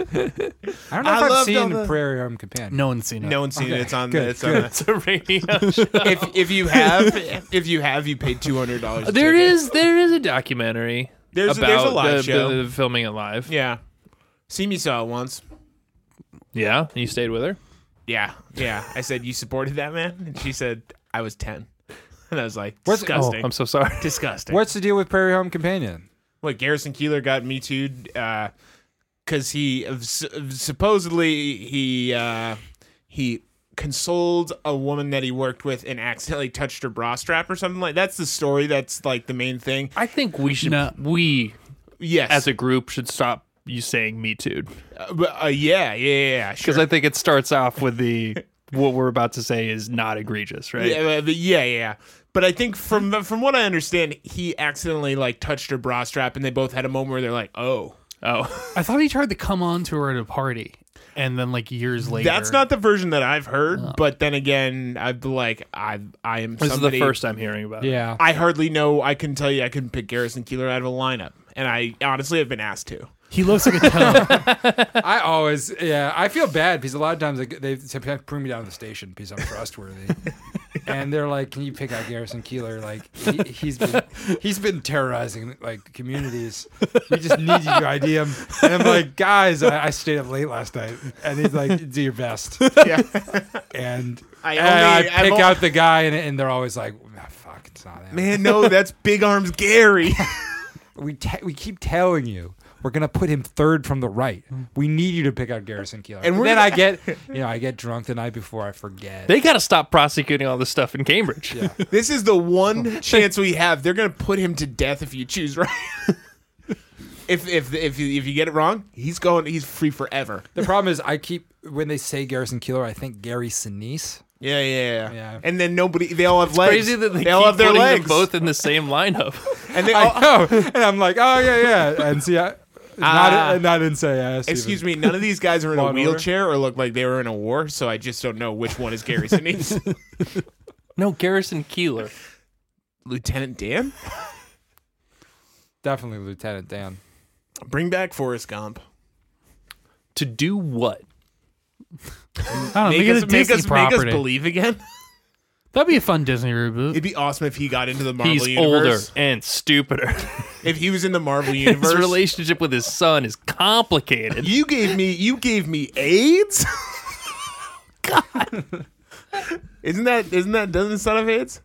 Speaker 4: I don't know
Speaker 5: I
Speaker 4: if I've
Speaker 5: loved all
Speaker 4: seen
Speaker 5: the-
Speaker 4: Prairie Home Companion.
Speaker 6: No one's seen it.
Speaker 5: No one's seen it. It's on.
Speaker 4: good,
Speaker 5: the, (laughs) it's on
Speaker 4: good.
Speaker 5: the,
Speaker 3: It's a radio
Speaker 5: if if you have if you have you paid two hundred dollars.
Speaker 3: There is there is a documentary.
Speaker 5: There's-
Speaker 3: about
Speaker 5: there's a live
Speaker 3: the,
Speaker 5: show.
Speaker 3: the- the filming it live.
Speaker 5: Yeah, see me saw it once.
Speaker 3: Yeah, and you stayed with her.
Speaker 5: Yeah, yeah. I said you supported that man, and she said I was ten, (laughs) and I was like
Speaker 4: What's-
Speaker 5: disgusting,
Speaker 3: Oh, I'm so sorry.
Speaker 5: disgusting.
Speaker 4: What's the deal with Prairie Home Companion?
Speaker 5: What Garrison Keeler got me too because he of- supposedly he uh, he consoled a woman that he worked with and accidentally touched her bra strap or something like that's the story that's like the main thing
Speaker 3: I think we should
Speaker 6: No.
Speaker 3: we
Speaker 5: yes
Speaker 3: as a group should stop you saying me too
Speaker 5: Uh, but, uh, yeah, yeah, yeah, yeah,
Speaker 3: because
Speaker 5: sure.
Speaker 3: I think it starts off with the what we're about to say is not egregious, right?
Speaker 5: yeah, uh, but yeah, yeah. But I think from from what I understand, he accidentally like touched her bra strap, and they both had a moment where they're like, "Oh,
Speaker 3: Oh,
Speaker 6: I thought he tried to come on to her at a party, (laughs) and then like years later.
Speaker 5: that's not the version that I've heard." But then again, I'd be like, "I I am
Speaker 3: Uh. this
Speaker 5: somebody,
Speaker 3: is the first I'm hearing about. it.
Speaker 4: Yeah.
Speaker 3: (laughs)
Speaker 5: I hardly know. I couldn't tell you. I couldn't pick Garrison Keeler out of a lineup, and I honestly have been asked to.
Speaker 6: He looks like a toad.
Speaker 4: I always, yeah, I feel bad because a lot of times like, they sometimes bring me down to the station because I'm trustworthy. And they're like, "Can you pick out Garrison Keeler? Like he, he's been he's been terrorizing like communities. We just need you to ID him." And I'm like, "Guys, I, I stayed up late last night." And he's like, "Do your best."
Speaker 5: Yeah.
Speaker 4: And
Speaker 5: I
Speaker 4: and
Speaker 5: only-
Speaker 4: I
Speaker 5: I've
Speaker 4: pick
Speaker 5: o-
Speaker 4: out the guy, and, and they're always like, "Ah, "Fuck, it's not
Speaker 5: (laughs)
Speaker 4: him."
Speaker 5: Man, no, that's Big Arms
Speaker 3: (laughs)
Speaker 5: Gary.
Speaker 4: we te- we keep telling you we're gonna put him third from the right. We need you to pick out Garrison Keeler.
Speaker 5: Mm. And
Speaker 4: And
Speaker 5: we're
Speaker 4: then
Speaker 5: gonna-
Speaker 4: I get
Speaker 5: (laughs)
Speaker 4: you know I get drunk the night before I forget.
Speaker 3: They got to stop prosecuting all this stuff in Cambridge.
Speaker 5: this is the one chance we have. They're gonna put him to death if you choose right. (laughs) if if if you, if you get it wrong, he's going. He's free forever.
Speaker 4: the problem is I keep when they say Garrison Keeler, I think Gary Sinise.
Speaker 5: Yeah, yeah, yeah.
Speaker 4: Yeah.
Speaker 5: And then nobody. They all have legs.
Speaker 3: (laughs) Crazy that they,
Speaker 5: they all
Speaker 3: keep
Speaker 5: have their
Speaker 3: putting
Speaker 5: legs.
Speaker 3: them both in the same lineup.
Speaker 5: And they all,
Speaker 4: I know, and I'm like, oh yeah, yeah, and see, I,
Speaker 5: Ah.
Speaker 4: not not in say
Speaker 5: (laughs)
Speaker 4: ass.
Speaker 5: Excuse me, none of these guys are in
Speaker 4: Law
Speaker 5: a
Speaker 4: and Order?
Speaker 5: wheelchair or look like they were in a war, so I just don't know which one is Gary
Speaker 3: (laughs)
Speaker 5: Sinise.
Speaker 3: No, Garrison Keeler.
Speaker 5: Lieutenant Dan?
Speaker 4: definitely Lieutenant Dan.
Speaker 5: Bring back Forrest Gump.
Speaker 3: To do what?
Speaker 6: I don't know. (laughs) Make,
Speaker 5: Make
Speaker 6: it
Speaker 5: us,
Speaker 6: a
Speaker 5: make,
Speaker 6: Disney
Speaker 5: us, make us
Speaker 6: property.
Speaker 5: believe again.
Speaker 6: That'd be a fun Disney
Speaker 5: (laughs)
Speaker 6: reboot.
Speaker 5: It'd be awesome if he got into the Marvel
Speaker 3: He's older
Speaker 5: universe.
Speaker 3: and stupider. (laughs)
Speaker 5: If he was in the Marvel
Speaker 3: His
Speaker 5: universe.
Speaker 3: relationship with his son is complicated.
Speaker 5: you gave me you gave me
Speaker 3: (laughs)
Speaker 5: AIDS? God. Isn't that isn't that doesn't it son of AIDS?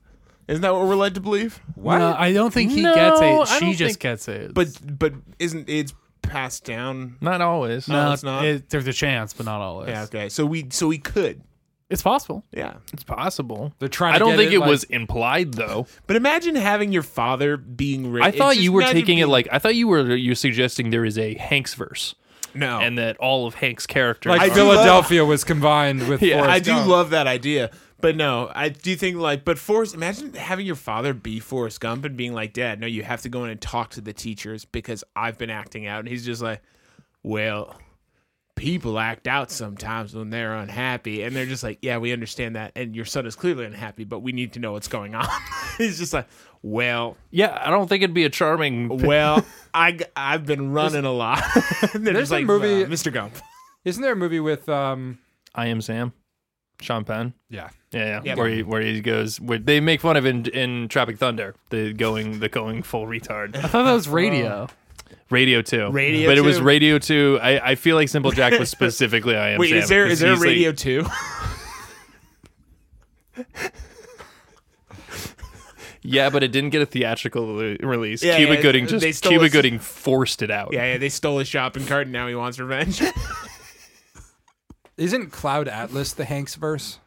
Speaker 5: Isn't that what we're led to believe?
Speaker 4: What?
Speaker 6: No, Uh, I don't think he
Speaker 3: No,
Speaker 6: gets
Speaker 3: I
Speaker 6: it. She
Speaker 3: don't
Speaker 6: just
Speaker 3: think-
Speaker 6: gets it.
Speaker 5: But but isn't AIDS passed down?
Speaker 3: Not always.
Speaker 6: no,
Speaker 5: it's not?
Speaker 6: Uh, it- there's a chance, but not always.
Speaker 5: Yeah, okay. So we so we could.
Speaker 6: It's possible.
Speaker 5: Yeah.
Speaker 3: It's possible.
Speaker 4: They're trying.
Speaker 3: I
Speaker 4: to
Speaker 3: don't
Speaker 4: get
Speaker 3: think it,
Speaker 4: like-
Speaker 3: was implied though.
Speaker 5: But imagine having your father being rich.
Speaker 3: I thought you were taking it like I thought you were you were suggesting there is a Hanks verse
Speaker 5: no.
Speaker 3: and that all of Hanks' characters
Speaker 4: like
Speaker 3: are-
Speaker 5: do love-
Speaker 4: Philadelphia was combined with.
Speaker 3: Yeah,
Speaker 4: Forrest
Speaker 5: I do
Speaker 4: Gump.
Speaker 5: love that idea. But no, I do think like, but Forrest, imagine having your father be Forrest Gump and being like, Dad, no, you have to go in and talk to the teachers because I've been acting out. And he's just like, Well, people act out sometimes when they're unhappy. And they're just like, Yeah, we understand that. And your son is clearly unhappy, but we need to know what's going on. (laughs) he's just like, Well,
Speaker 3: Yeah, I don't think it'd be a charming
Speaker 5: well, I, have been running a lot. (laughs) And they're
Speaker 4: there's
Speaker 5: just
Speaker 4: a
Speaker 5: like,
Speaker 4: movie-
Speaker 5: "Uh, Mr. Gump.
Speaker 4: Isn't there a movie with um?
Speaker 3: I am Sam. Sean Penn.
Speaker 4: Yeah,
Speaker 3: Yeah, yeah.
Speaker 5: Yeah.
Speaker 3: Where he where he goes where they make fun of in in Tropic Thunder, the going the going full
Speaker 6: I
Speaker 3: retard.
Speaker 6: (laughs) thought that was radio.
Speaker 3: Radio two.
Speaker 5: Radio
Speaker 3: But it was
Speaker 5: 2.
Speaker 3: Radio two. I, I feel like Simple Jack was specifically I am
Speaker 5: Wait,
Speaker 3: Sam.
Speaker 5: is there
Speaker 3: 'cause
Speaker 5: is there
Speaker 3: he's like-
Speaker 5: radio too?
Speaker 3: yeah, but it didn't get a theatrical re- release.
Speaker 5: Yeah,
Speaker 3: Cuba
Speaker 5: yeah,
Speaker 3: Gooding
Speaker 5: they
Speaker 3: just
Speaker 5: still
Speaker 3: Cuba
Speaker 5: was-
Speaker 3: Gooding forced it
Speaker 5: (laughs)
Speaker 3: out.
Speaker 5: Yeah, yeah, they stole his shopping cart and now he wants revenge.
Speaker 4: isn't Cloud Atlas the Hanks verse?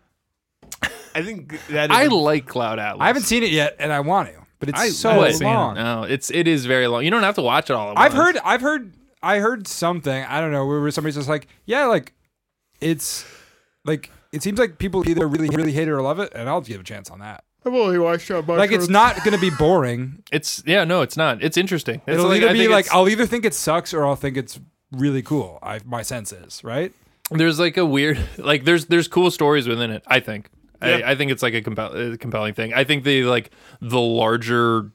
Speaker 5: I think that is
Speaker 3: I
Speaker 5: a-
Speaker 3: like Cloud Atlas.
Speaker 4: I haven't seen it yet, and I want to, but it's
Speaker 3: I
Speaker 4: so
Speaker 3: would.
Speaker 4: long.
Speaker 3: No, Oh, it's it is very long. You don't have to watch it all. At
Speaker 4: I've
Speaker 3: once.
Speaker 4: heard, I've heard, I heard something. I don't know. Where somebody's just like, yeah, like it's like it seems like people either really, really hate it or love it, and I'll give a chance on that.
Speaker 5: I've only watched that
Speaker 4: Like
Speaker 5: (laughs)
Speaker 4: it's not gonna be boring.
Speaker 3: it's yeah no, it's not. It's interesting. It's
Speaker 4: It'll
Speaker 3: like- I
Speaker 4: either be
Speaker 3: think
Speaker 4: like
Speaker 3: it's-
Speaker 4: I'll either think it sucks or I'll think it's really cool. I my sense is right.
Speaker 3: there's like a weird (laughs) like there's there's cool stories within it. I think.
Speaker 5: Yeah.
Speaker 3: I, I think it's like a compel- uh, compelling thing. I think the like the larger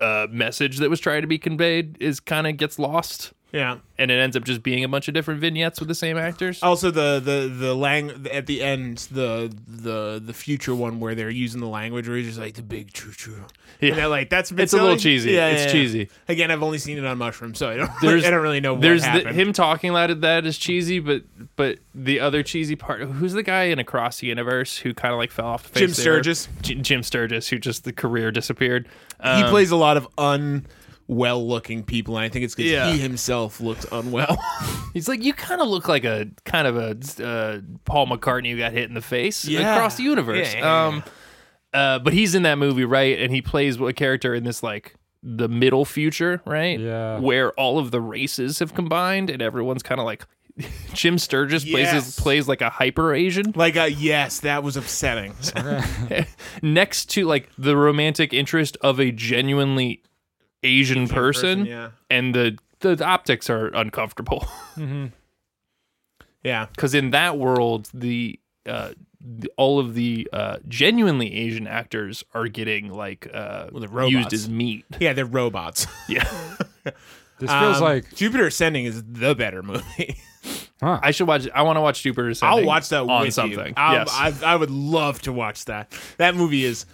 Speaker 3: uh, message that was trying to be conveyed is kind of gets lost,
Speaker 5: Yeah.
Speaker 3: and it ends up just being a bunch of different vignettes with the same actors.
Speaker 5: Also, the the the lang at the end, the the the future one where they're using the language where he's just like the big choo choo.
Speaker 3: Yeah.
Speaker 5: And they're like that's
Speaker 3: It's a little
Speaker 5: Vitelli?
Speaker 3: cheesy. It's cheesy.
Speaker 5: Again, I've only seen it on Mushroom, so I don't. (laughs) I don't really know what
Speaker 3: there's
Speaker 5: happened.
Speaker 3: The, him talking about that is cheesy, but but the other cheesy part. Who's the guy in Across the Universe who kind of like fell off the face?
Speaker 5: Jim
Speaker 3: of the
Speaker 5: Sturgis.
Speaker 3: earth? J- Jim Sturgis, who just the career disappeared.
Speaker 5: he
Speaker 3: Um,
Speaker 5: plays a lot of un well looking people, and I think it's because
Speaker 3: Yeah.
Speaker 5: he himself looked unwell. (laughs)
Speaker 3: He's like, you kind of look like a kind of a uh, Paul McCartney who got hit in the face
Speaker 5: Yeah.
Speaker 3: across the universe.
Speaker 5: Yeah, yeah,
Speaker 3: um, uh, but he's in that movie, right? And he plays a character in this like the middle future, right?
Speaker 4: Yeah.
Speaker 3: where all of the races have combined and everyone's kind of like. (laughs) Jim Sturgis plays
Speaker 5: Yes.
Speaker 3: plays like a hyper Asian
Speaker 5: like, uh, yes, that was upsetting.
Speaker 3: next to like the romantic interest of a genuinely Asian (laughs) person,
Speaker 5: yeah.
Speaker 3: and the the optics are uncomfortable. (laughs)
Speaker 5: yeah.
Speaker 3: because in that world the uh the- all of the uh genuinely asian actors are getting like uh
Speaker 5: Well, they're
Speaker 3: used
Speaker 5: robots.
Speaker 3: as meat
Speaker 5: Yeah, they're robots.
Speaker 3: yeah
Speaker 4: This feels
Speaker 5: Um,
Speaker 4: like,
Speaker 5: Jupiter Ascending is the better movie. (laughs)
Speaker 4: huh?
Speaker 3: I should watch. I want to watch Jupiter Ascending.
Speaker 5: I'll watch that
Speaker 3: on
Speaker 5: with
Speaker 3: something.
Speaker 5: You. Um,
Speaker 3: yes.
Speaker 5: I, I would love to watch that. That movie is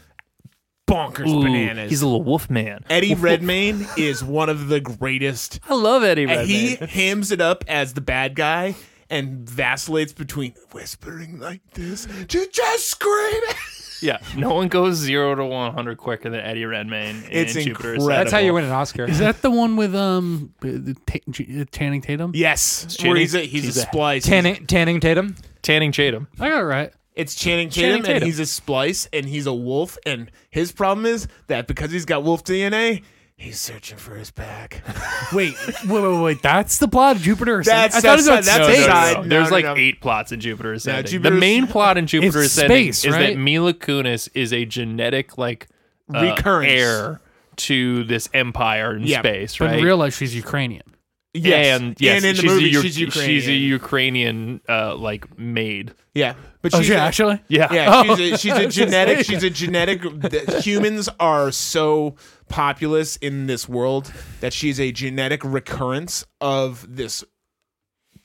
Speaker 5: bonkers
Speaker 3: Ooh,
Speaker 5: bananas.
Speaker 3: He's a little wolf man. (laughs)
Speaker 5: Eddie Redmayne is one of the greatest.
Speaker 3: I love Eddie Redmayne.
Speaker 5: And
Speaker 3: (laughs)
Speaker 5: he hams it up as the bad guy and vacillates between whispering like this to just scream. (laughs)
Speaker 3: yeah, (laughs) no one goes zero to one hundred quicker than Eddie Redmayne. in
Speaker 5: It's
Speaker 3: Jupiter
Speaker 5: incredible.
Speaker 3: Ascending.
Speaker 4: That's how you win an Oscar.
Speaker 6: Is that the one with um the Ta- J- uh, Channing Tatum?
Speaker 5: yes,
Speaker 3: Channing-
Speaker 5: where he's a he's,
Speaker 3: he's
Speaker 5: a
Speaker 3: a-
Speaker 5: splice.
Speaker 4: Tanning, Tanning Tatum?
Speaker 3: Channing Tatum.
Speaker 6: I got it right.
Speaker 5: It's Channing Tatum,
Speaker 3: Channing
Speaker 5: and
Speaker 3: Tatum.
Speaker 5: he's a splice, and he's a wolf. And his problem is that because he's got wolf DNA, he's searching for his
Speaker 3: (laughs)
Speaker 5: pack.
Speaker 6: Wait, wait, wait, wait. That's the plot of Jupiter.
Speaker 5: That's-
Speaker 6: Ascending? I thought it
Speaker 5: that's-
Speaker 6: was about
Speaker 5: that's
Speaker 6: space.
Speaker 5: side. No,
Speaker 3: There's
Speaker 5: no,
Speaker 3: like
Speaker 5: no.
Speaker 3: eight plots in Jupiter Ascending.
Speaker 5: Jupiter's-
Speaker 3: the main plot in Jupiter
Speaker 6: It's
Speaker 3: Ascending
Speaker 6: space,
Speaker 3: is
Speaker 6: right?
Speaker 3: that Mila Kunis is a genetic like uh,
Speaker 5: Recurrence.
Speaker 3: heir to this empire in
Speaker 5: Yeah,
Speaker 3: space,
Speaker 6: But
Speaker 3: right?
Speaker 6: in real life, she's Ukrainian.
Speaker 5: Yes.
Speaker 3: And yes,
Speaker 5: in the
Speaker 3: she's
Speaker 5: movie,
Speaker 3: a, Uk-
Speaker 5: she's
Speaker 3: She's a
Speaker 5: Ukrainian.
Speaker 3: Ukrainian uh, like maid.
Speaker 5: yeah, but
Speaker 6: Oh,
Speaker 5: she's
Speaker 6: she
Speaker 5: a-
Speaker 6: actually.
Speaker 3: Yeah.
Speaker 5: (laughs)
Speaker 3: (laughs)
Speaker 5: Yeah,
Speaker 6: Oh.
Speaker 5: she's a, she's
Speaker 6: I
Speaker 5: a
Speaker 6: was just
Speaker 5: genetic.
Speaker 6: like-
Speaker 5: She's a genetic. the- humans are so populous in this world that she's a genetic recurrence of this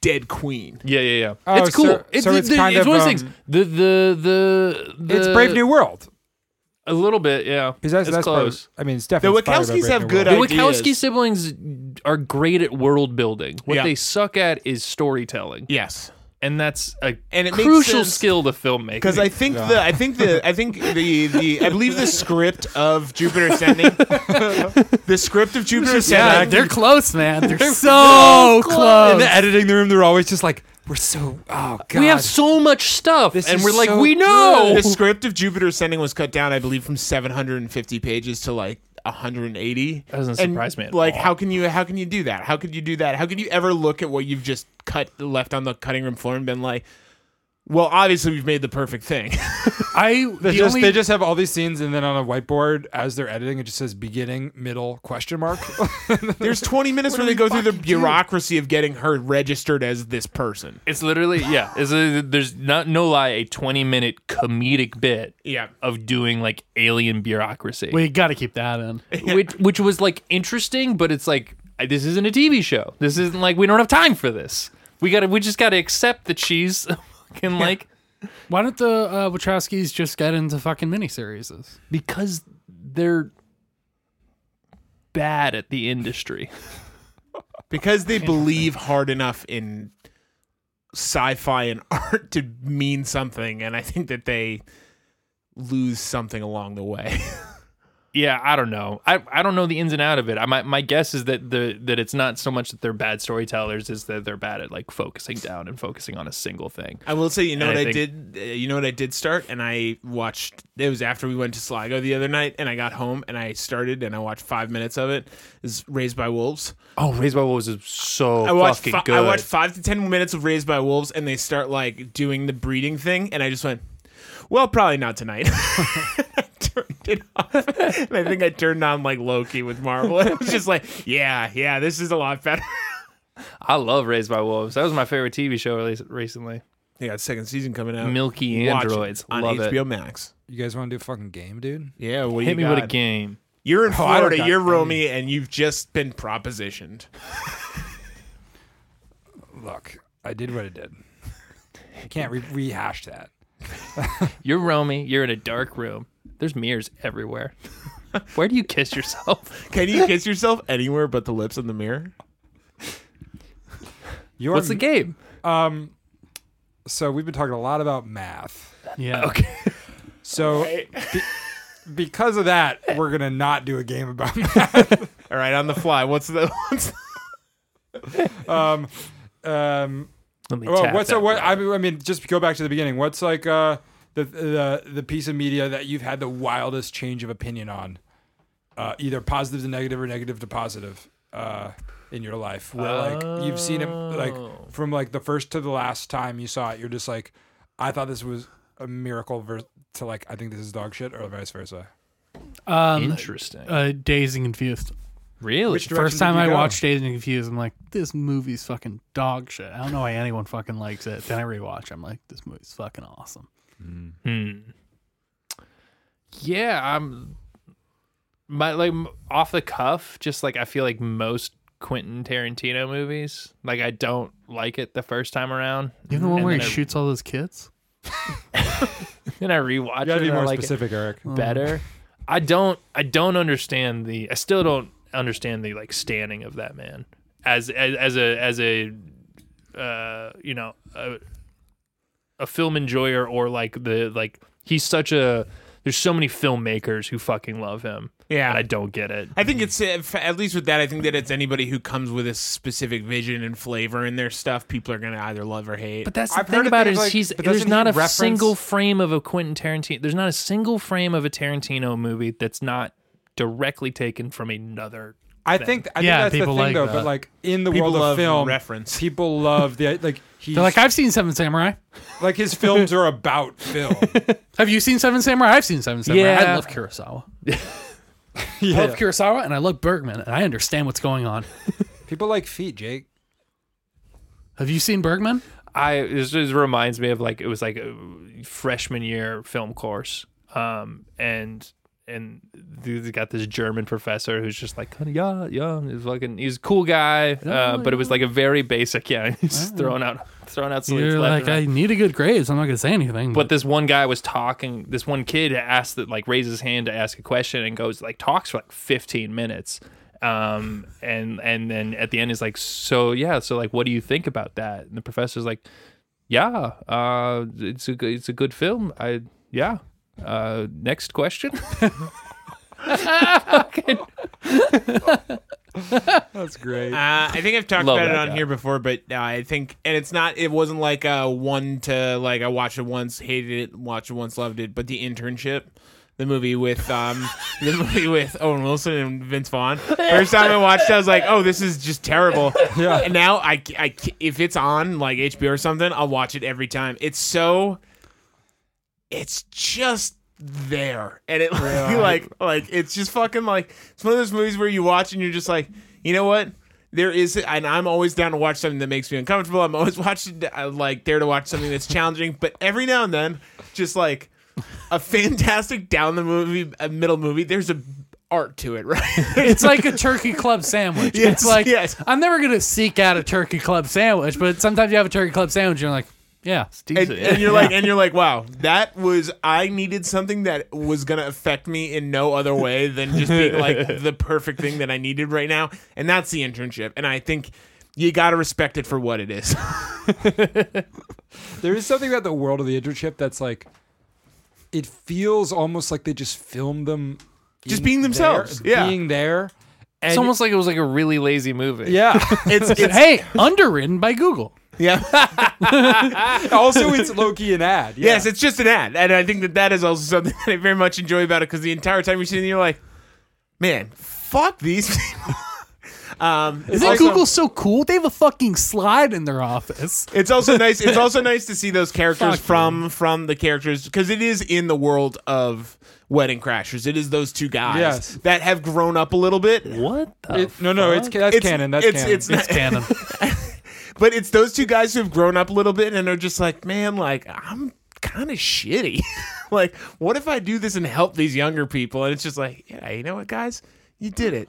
Speaker 5: dead queen.
Speaker 3: Yeah, yeah, yeah.
Speaker 4: Oh,
Speaker 3: it's cool.
Speaker 4: so-
Speaker 3: it's,
Speaker 4: so
Speaker 3: the-
Speaker 4: it's kind
Speaker 3: it's
Speaker 4: of,
Speaker 3: one of those
Speaker 4: um,
Speaker 3: things. The the the, the
Speaker 4: It's Brave New World.
Speaker 3: A little bit, yeah.
Speaker 4: Is that,
Speaker 3: it's
Speaker 4: that's probably-
Speaker 3: close.
Speaker 4: I mean, it's
Speaker 5: The
Speaker 4: definitely inspired by
Speaker 5: Wachowskis
Speaker 4: Brave
Speaker 5: have
Speaker 4: New
Speaker 5: good
Speaker 4: World.
Speaker 3: The
Speaker 5: ideas.
Speaker 3: Wachowski siblings are great at world building. What
Speaker 5: Yeah.
Speaker 3: they suck at is storytelling,
Speaker 5: Yes,
Speaker 3: and that's a
Speaker 5: And it makes
Speaker 3: crucial
Speaker 5: sense-
Speaker 3: skill to filmmaking.
Speaker 5: because I think the I think the I think the the I believe the script of Jupiter Ascending, (laughs) the script of Jupiter
Speaker 6: Yeah,
Speaker 5: Ascending.
Speaker 6: they're close, man. They're so
Speaker 4: In
Speaker 6: close.
Speaker 4: the editing room, they're always just like, we're so, oh, God.
Speaker 3: we have so much stuff,
Speaker 4: This
Speaker 3: and
Speaker 4: is
Speaker 3: we're like,
Speaker 4: so
Speaker 3: we know.
Speaker 5: the script of Jupiter Ascending was cut down, I believe, from 750 pages to like 180.
Speaker 3: That doesn't
Speaker 5: And,
Speaker 3: surprise me at
Speaker 5: like,
Speaker 3: all.
Speaker 5: how can you how can you do that? How could you do that? How could you ever look at what you've just cut left on the cutting room floor and been like, well, obviously we've made the perfect thing. (laughs)
Speaker 6: I the
Speaker 4: They just,
Speaker 6: only,
Speaker 4: they just have all these scenes, and then on a whiteboard, as they're editing, it just says beginning, middle,
Speaker 3: (laughs)
Speaker 4: question mark.
Speaker 5: There's 20 minutes where they go through the bureaucracy of getting her registered as this person.
Speaker 3: It's literally yeah. It's a, there's not no lie a 20 minute comedic bit
Speaker 5: Yeah.
Speaker 3: of doing like alien bureaucracy, (laughs)
Speaker 6: we got to keep that in.
Speaker 3: which which was like interesting, but it's like I- this isn't a TV show. This isn't like we don't have time for this. We gotta we just gotta accept that she's fucking like
Speaker 6: Why don't the uh, Wachowskis just get into fucking miniseries?
Speaker 3: because they're bad at the industry.
Speaker 5: Because they believe hard enough in sci-fi and (laughs) art to mean something and I think that they lose something along the way.
Speaker 3: Yeah, I don't know. I, I don't know the ins and out of it. I, my my guess is that the that it's not so much that they're bad storytellers is that they're bad at like focusing down and focusing on a single thing.
Speaker 5: I will say, you know
Speaker 3: And
Speaker 5: what
Speaker 3: I
Speaker 5: I,
Speaker 3: think-
Speaker 5: did? Uh, you know what I did start, and I watched. It was after we went to Sligo the other night, and I got home and I started and I watched five minutes of it. Is Raised by Wolves?
Speaker 3: Oh, Raised by Wolves is so
Speaker 5: I watched.
Speaker 3: fucking
Speaker 5: fi-
Speaker 3: good.
Speaker 5: I watched five to ten minutes of Raised by Wolves, and they start like doing the breeding thing, and I just went, "Well, probably not tonight." (laughs) I turned it off, and I think I turned on like Loki with Marvel. (laughs) It was just like, yeah, yeah, this is a lot better. (laughs)
Speaker 3: I love Raised by Wolves. That was my favorite TV show release- recently.
Speaker 5: They got second season coming out.
Speaker 3: Milky
Speaker 5: Watch it
Speaker 3: Androids.
Speaker 5: on
Speaker 3: Love it.
Speaker 5: HBO Max.
Speaker 4: you guys want to do a fucking game, dude?
Speaker 5: Yeah, what do
Speaker 3: Hit
Speaker 5: you
Speaker 3: me
Speaker 5: got?
Speaker 3: with a game.
Speaker 5: You're in
Speaker 4: Oh, I don't
Speaker 5: Florida,
Speaker 4: got
Speaker 5: you're
Speaker 4: any.
Speaker 5: Romy, and you've just been propositioned.
Speaker 4: Look, I did what I did. I can't re- rehash that.
Speaker 3: You're Romy. You're in a dark room. There's mirrors (laughs) everywhere. Where do you kiss yourself?
Speaker 5: Can you kiss yourself anywhere but the lips in the mirror?
Speaker 4: Your,
Speaker 3: What's the game?
Speaker 4: Um, so we've been talking a lot about math.
Speaker 6: Yeah.
Speaker 3: Okay. (laughs)
Speaker 4: So be- because of that, we're gonna not do a game about (laughs) math.
Speaker 5: All right, on the fly. What's the (laughs) what's the,
Speaker 4: Um, um,
Speaker 3: Let me
Speaker 4: well,
Speaker 3: tap
Speaker 4: what's
Speaker 3: that
Speaker 4: a, what?
Speaker 3: button.
Speaker 4: I mean, I mean, just go back to the beginning. What's like uh the the the piece of media that you've had the wildest change of opinion on, uh, either positive to negative or negative to positive, uh, in your life, where like you've seen it like
Speaker 5: Oh.
Speaker 4: from like the first to the last time you saw it, you're just like, I thought this was a miracle vers- to like I think this is dog shit or vice versa.
Speaker 6: Um,
Speaker 3: Interesting.
Speaker 6: uh, Dazed and Confused.
Speaker 3: really?
Speaker 4: which direction
Speaker 6: First time
Speaker 4: did you
Speaker 6: I
Speaker 4: go?
Speaker 6: watched Dazed and Confused, I'm like, this movie's fucking dog shit. I don't know why anyone fucking likes it. Then I rewatch, I'm like, this movie's fucking awesome.
Speaker 3: Hmm. Yeah, I'm my like m- off the cuff. Just like I feel like most Quentin Tarantino movies. Like I don't like it the first time around.
Speaker 6: You know the one
Speaker 3: And
Speaker 6: where he
Speaker 3: then I-
Speaker 6: shoots all those kids?
Speaker 3: Then I rewatch
Speaker 4: You gotta
Speaker 3: it.
Speaker 4: be
Speaker 3: and I
Speaker 4: more
Speaker 3: like it.
Speaker 4: specific, Eric.
Speaker 3: better. I don't I don't understand the I still don't understand the like standing of that man as as, as a as a uh you know a, a film enjoyer or like the like he's such a there's so many filmmakers who fucking love him.
Speaker 5: Yeah.
Speaker 3: And I don't get it.
Speaker 5: I think it's if- at least with that. I think that it's anybody who comes with a specific vision and flavor in their stuff. People are gonna either love or hate.
Speaker 3: But that's the
Speaker 4: I've heard
Speaker 3: thing
Speaker 4: of
Speaker 3: about it
Speaker 4: things
Speaker 3: is
Speaker 4: like-
Speaker 3: he's
Speaker 4: but
Speaker 3: there's
Speaker 4: doesn't
Speaker 3: not
Speaker 4: he
Speaker 3: a
Speaker 4: reference-
Speaker 3: single frame of a Quentin Tarantino. There's not a single frame of a Tarantino movie that's not directly taken from another.
Speaker 4: I think I
Speaker 6: Yeah,
Speaker 4: think that's the
Speaker 6: people
Speaker 4: thing
Speaker 6: like
Speaker 4: though.
Speaker 6: that.
Speaker 4: But like in the
Speaker 5: People
Speaker 4: world
Speaker 5: love
Speaker 4: of film,
Speaker 5: reference.
Speaker 4: people love the like he's
Speaker 6: They're like,
Speaker 4: like,
Speaker 6: I've seen Seven Samurai.
Speaker 4: like his films are
Speaker 5: (laughs)
Speaker 4: about film.
Speaker 6: Have you seen Seven Samurai? I've seen Seven Samurai. I
Speaker 3: Yeah.
Speaker 6: love (laughs) Kurosawa. I
Speaker 4: yeah.
Speaker 6: love Kurosawa and I love Bergman and I understand what's going on.
Speaker 4: People like feet, Jake.
Speaker 6: Have you seen Bergman?
Speaker 3: I this just reminds me of like it was like a freshman year film course, um, and and they got this German professor who's just like "Kinda, yeah yeah he's fucking he's a cool guy, uh, but it was like a very basic yeah (laughs) he's just throwing out throwing out salutes
Speaker 6: You're
Speaker 3: left
Speaker 6: like,
Speaker 3: and right.
Speaker 6: I need a good grade, so I'm not gonna say anything.
Speaker 3: But this one guy was talking. This one kid asked that, like, raises his hand to ask a question and goes like talks for like 15 minutes, um, and and then at the end is like, so yeah, so like, what do you think about that? And the professor's like, yeah, uh, it's a good, it's a good film. I yeah. Uh, next question.
Speaker 4: That's great.
Speaker 5: Uh, I think I've talked
Speaker 3: Love
Speaker 5: about it
Speaker 3: that
Speaker 5: on
Speaker 3: guy.
Speaker 5: here before, but uh, I think, and it's not, it wasn't like a one to like I watched it once, hated it, watched it once, loved it, but the internship. The movie with um, the movie with Owen Wilson and Vince Vaughn. First time I watched, it, I was like, "Oh, this is just terrible."
Speaker 4: Yeah. (laughs)
Speaker 5: And (laughs) now I, c- I c- if it's on like HBO or something, I'll watch it every time. It's so, it's just there, and it (laughs) like like it's just fucking like it's one of those movies where you watch and you're just like, you know what? There is, and I'm always down to watch something that makes me uncomfortable. I'm always (laughs) watching uh, like there to watch something that's challenging, but every now and then, just like a fantastic down the movie, a middle movie. There's a art to it, (laughs)
Speaker 6: (laughs)
Speaker 5: right?
Speaker 6: it's like a turkey club sandwich.
Speaker 5: Yes,
Speaker 6: it's like
Speaker 5: yes.
Speaker 6: I'm never gonna seek out a turkey club sandwich, but sometimes you have a turkey club sandwich and you're like, yeah, it's
Speaker 5: and,
Speaker 6: decent.
Speaker 5: and you're
Speaker 6: (laughs)
Speaker 5: like and you're like wow that was i needed something that was gonna affect me in no other way than just being
Speaker 6: (laughs)
Speaker 5: like the perfect thing that i needed right now and that's the internship and i think you gotta respect it for what it is (laughs)
Speaker 4: There is something about the world of the internship that's like, it feels almost like they just filmed them,
Speaker 5: Just
Speaker 4: in
Speaker 5: being themselves,
Speaker 4: there-
Speaker 5: yeah. (laughs)
Speaker 4: being there.
Speaker 3: It's
Speaker 4: And-
Speaker 3: almost like it was like a really lazy movie.
Speaker 4: yeah.
Speaker 5: it's,
Speaker 6: But
Speaker 5: it's
Speaker 6: hey, underwritten by Google.
Speaker 5: yeah
Speaker 4: (laughs) also, it's Loki an ad. Yeah.
Speaker 5: yes it's just an ad and i think that that is also something (laughs) that i very much enjoy about it because the entire time you're sitting there you're like man fuck these (laughs) people um
Speaker 6: Isn't
Speaker 5: also-
Speaker 6: Google so cool? They have a fucking slide in their office.
Speaker 5: It's
Speaker 4: (laughs)
Speaker 5: also nice. It's also nice to see those characters
Speaker 6: Fuck
Speaker 5: from from the characters because it is in the world of Wedding Crashers. It is those two guys
Speaker 4: Yes.
Speaker 5: that have grown up a little bit.
Speaker 3: What the?
Speaker 4: It- no, no, it's that's
Speaker 5: It's-
Speaker 4: canon. That's
Speaker 5: it's,
Speaker 4: canon.
Speaker 5: It's, not-
Speaker 6: Canon.
Speaker 5: (laughs) but it's those two guys who have grown up a little bit and are just like, man, like I'm kind of shitty. (laughs) like, what if I do this and help these younger people? And it's just like, yeah, you know what, guys, you did it.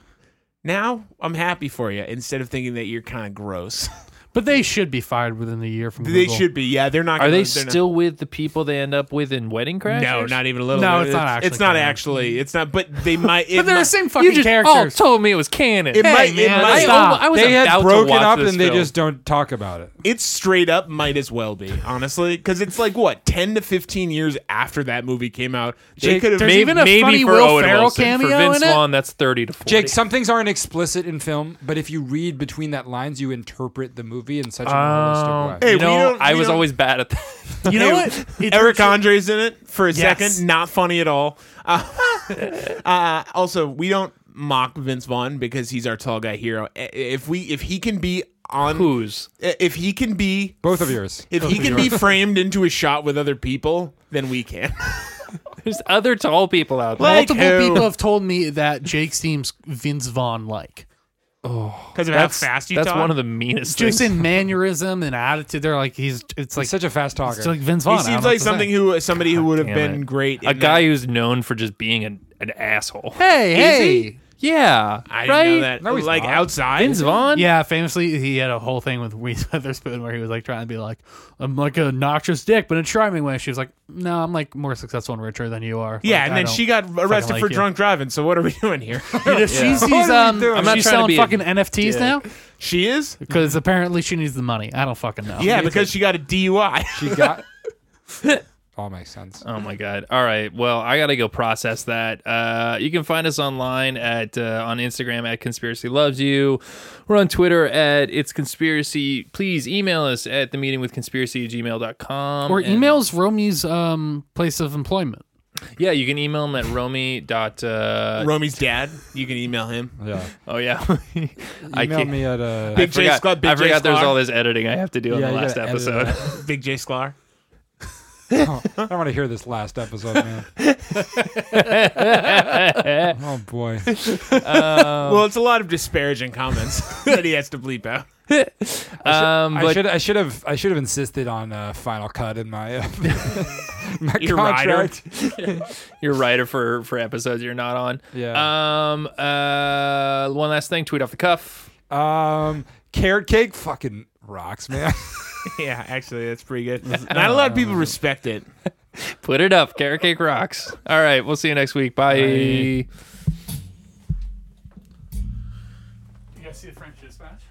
Speaker 5: Now I'm happy for you. Instead of thinking that you're kind of gross, (laughs)
Speaker 6: But they should be fired within the year from
Speaker 5: they
Speaker 6: Google.
Speaker 5: should be. Yeah, they're not.
Speaker 3: Are
Speaker 5: gonna-
Speaker 3: they
Speaker 5: they're not-
Speaker 3: still with the people they end up with in Wedding Crashers?
Speaker 5: No, not even a little.
Speaker 6: No,
Speaker 5: bit.
Speaker 6: it's not actually
Speaker 5: It's not
Speaker 6: canon.
Speaker 5: actually. It's not. But they might. It
Speaker 6: But they're
Speaker 5: might,
Speaker 6: the same
Speaker 3: You
Speaker 6: fucking
Speaker 3: just all
Speaker 5: Oh,
Speaker 6: characters.
Speaker 3: told me it was canon.
Speaker 5: It might. it
Speaker 6: man,
Speaker 5: might.
Speaker 6: stop.
Speaker 3: Oh, I was
Speaker 4: they
Speaker 3: about
Speaker 4: had
Speaker 3: to
Speaker 4: broken
Speaker 3: watch
Speaker 4: up
Speaker 3: this
Speaker 4: and they
Speaker 3: film.
Speaker 4: just don't talk about it.
Speaker 5: It straight up might as well be honestly, because it's like what ten to fifteen years after that movie came out. They
Speaker 4: Jake,
Speaker 5: could have
Speaker 6: there's
Speaker 5: made.
Speaker 6: even a funny
Speaker 3: for
Speaker 6: Will
Speaker 3: Owen
Speaker 6: Ferrell
Speaker 3: Wilson.
Speaker 6: cameo
Speaker 3: for Vince
Speaker 6: in it?
Speaker 3: Vaughn, that's thirty to forty.
Speaker 4: Jake, some things aren't explicit in film, but if you read between that lines, you interpret the movie in such a realistic way.
Speaker 5: Hey,
Speaker 3: you
Speaker 5: we
Speaker 3: know,
Speaker 5: don't-
Speaker 3: I
Speaker 5: we
Speaker 3: was
Speaker 5: don't-
Speaker 3: always bad at that.
Speaker 6: You know what? It's-
Speaker 5: Eric Andre's in it for a
Speaker 6: Yes.
Speaker 5: second. Not funny at all. Uh, (laughs) uh, also, we don't mock Vince Vaughn because he's our tall guy hero. I- If we, if he can be on,
Speaker 3: Who's?
Speaker 5: if he can be,
Speaker 4: Both of yours.
Speaker 5: if he can be framed into a shot with other people, then we can. (laughs)
Speaker 3: There's other tall people out there.
Speaker 5: Like
Speaker 6: (laughs)
Speaker 5: oh.
Speaker 6: Multiple
Speaker 5: who?
Speaker 6: people have told me that Jake seems Vince Vaughn like.
Speaker 5: Because of
Speaker 3: That's,
Speaker 5: how fast you
Speaker 3: that's
Speaker 5: talk.
Speaker 3: one of the meanest
Speaker 6: Just
Speaker 3: things.
Speaker 6: in mannerism and attitude, they're like he's. It's like
Speaker 4: He's such a fast talker.
Speaker 6: it's like Vince Vaughn.
Speaker 5: He seems like something who somebody who would have
Speaker 3: Damn
Speaker 5: been
Speaker 3: it.
Speaker 5: great.
Speaker 3: a
Speaker 5: in
Speaker 3: guy
Speaker 5: that.
Speaker 3: who's known for just being an, an asshole.
Speaker 6: Hey,
Speaker 5: Is
Speaker 6: hey,
Speaker 5: he?
Speaker 3: Yeah,
Speaker 5: I
Speaker 3: right.
Speaker 5: didn't know that.
Speaker 4: No, he's
Speaker 5: like
Speaker 4: not.
Speaker 5: outside.
Speaker 3: Vince Vaughn.
Speaker 6: Yeah, famously, he had a whole thing with (laughs) Reese Witherspoon where he was like trying to be like, "I'm like a noxious dick, but in a charming way." She was like, "No, I'm like more successful and richer than you are."
Speaker 5: Yeah,
Speaker 6: Like,
Speaker 5: and
Speaker 6: I
Speaker 5: then
Speaker 6: don't
Speaker 5: she got arrested
Speaker 6: fucking
Speaker 5: for
Speaker 6: like you."
Speaker 5: drunk driving. So what are we (laughs) doing here?
Speaker 6: Dude, if she sees,
Speaker 4: What are we
Speaker 6: um,
Speaker 4: doing?
Speaker 6: I'm
Speaker 4: I'm
Speaker 6: not
Speaker 3: not trying to
Speaker 6: she's selling
Speaker 3: be a
Speaker 6: fucking NFTs
Speaker 3: dick.
Speaker 6: now
Speaker 5: she is.
Speaker 6: because apparently she needs the money. I don't fucking know.
Speaker 5: Yeah, because she got a
Speaker 3: (laughs)
Speaker 5: DUI. (laughs)
Speaker 4: She got. All makes sense.
Speaker 3: Oh my god. All right. Well, I gotta go process that. Uh, you can find us online at uh, on Instagram at Conspiracy Loves You. We're on Twitter at It's Conspiracy. Please email us at the meeting with conspiracy gmail.com.
Speaker 6: or emails Romy's um, place of employment.
Speaker 3: Yeah, you can email them at Romy dot uh,
Speaker 5: Romy's dad. You can email him.
Speaker 4: Yeah.
Speaker 3: Oh yeah. (laughs) I
Speaker 4: Email
Speaker 3: can't
Speaker 4: me at uh,
Speaker 5: Big J
Speaker 3: forgot,
Speaker 5: Sklar. Big
Speaker 3: (laughs) I forgot
Speaker 5: J
Speaker 3: there's
Speaker 5: Sklar.
Speaker 3: all this editing I have to do on
Speaker 4: Yeah,
Speaker 3: the
Speaker 4: you
Speaker 3: last
Speaker 4: gotta edit
Speaker 3: episode.
Speaker 4: that.
Speaker 5: Big J Sklar.
Speaker 3: (laughs)
Speaker 4: Oh, (laughs) I want to hear this last episode, man. oh boy.
Speaker 3: Um,
Speaker 5: well, it's a lot of disparaging comments (laughs) that he has to bleep out.
Speaker 3: (laughs)
Speaker 4: (laughs)
Speaker 3: um,
Speaker 4: I
Speaker 3: but
Speaker 4: should I should have I should have insisted on uh, final cut in
Speaker 3: (laughs)
Speaker 4: my uh, (laughs) my
Speaker 5: Your rider.
Speaker 4: contract.
Speaker 3: you're writer for for episodes you're not on.
Speaker 4: Yeah.
Speaker 3: Um. Uh. One last thing. Tweet off the cuff.
Speaker 4: Um, carrot cake fucking rocks,
Speaker 5: (laughs)
Speaker 4: man. (laughs)
Speaker 5: Yeah, actually, that's pretty
Speaker 3: (laughs)
Speaker 5: good. Not a lot of people respect it.
Speaker 3: Put it up. Carrot cake rocks. All right. We'll see you next week. Bye.
Speaker 6: You guys see the French Dispatch?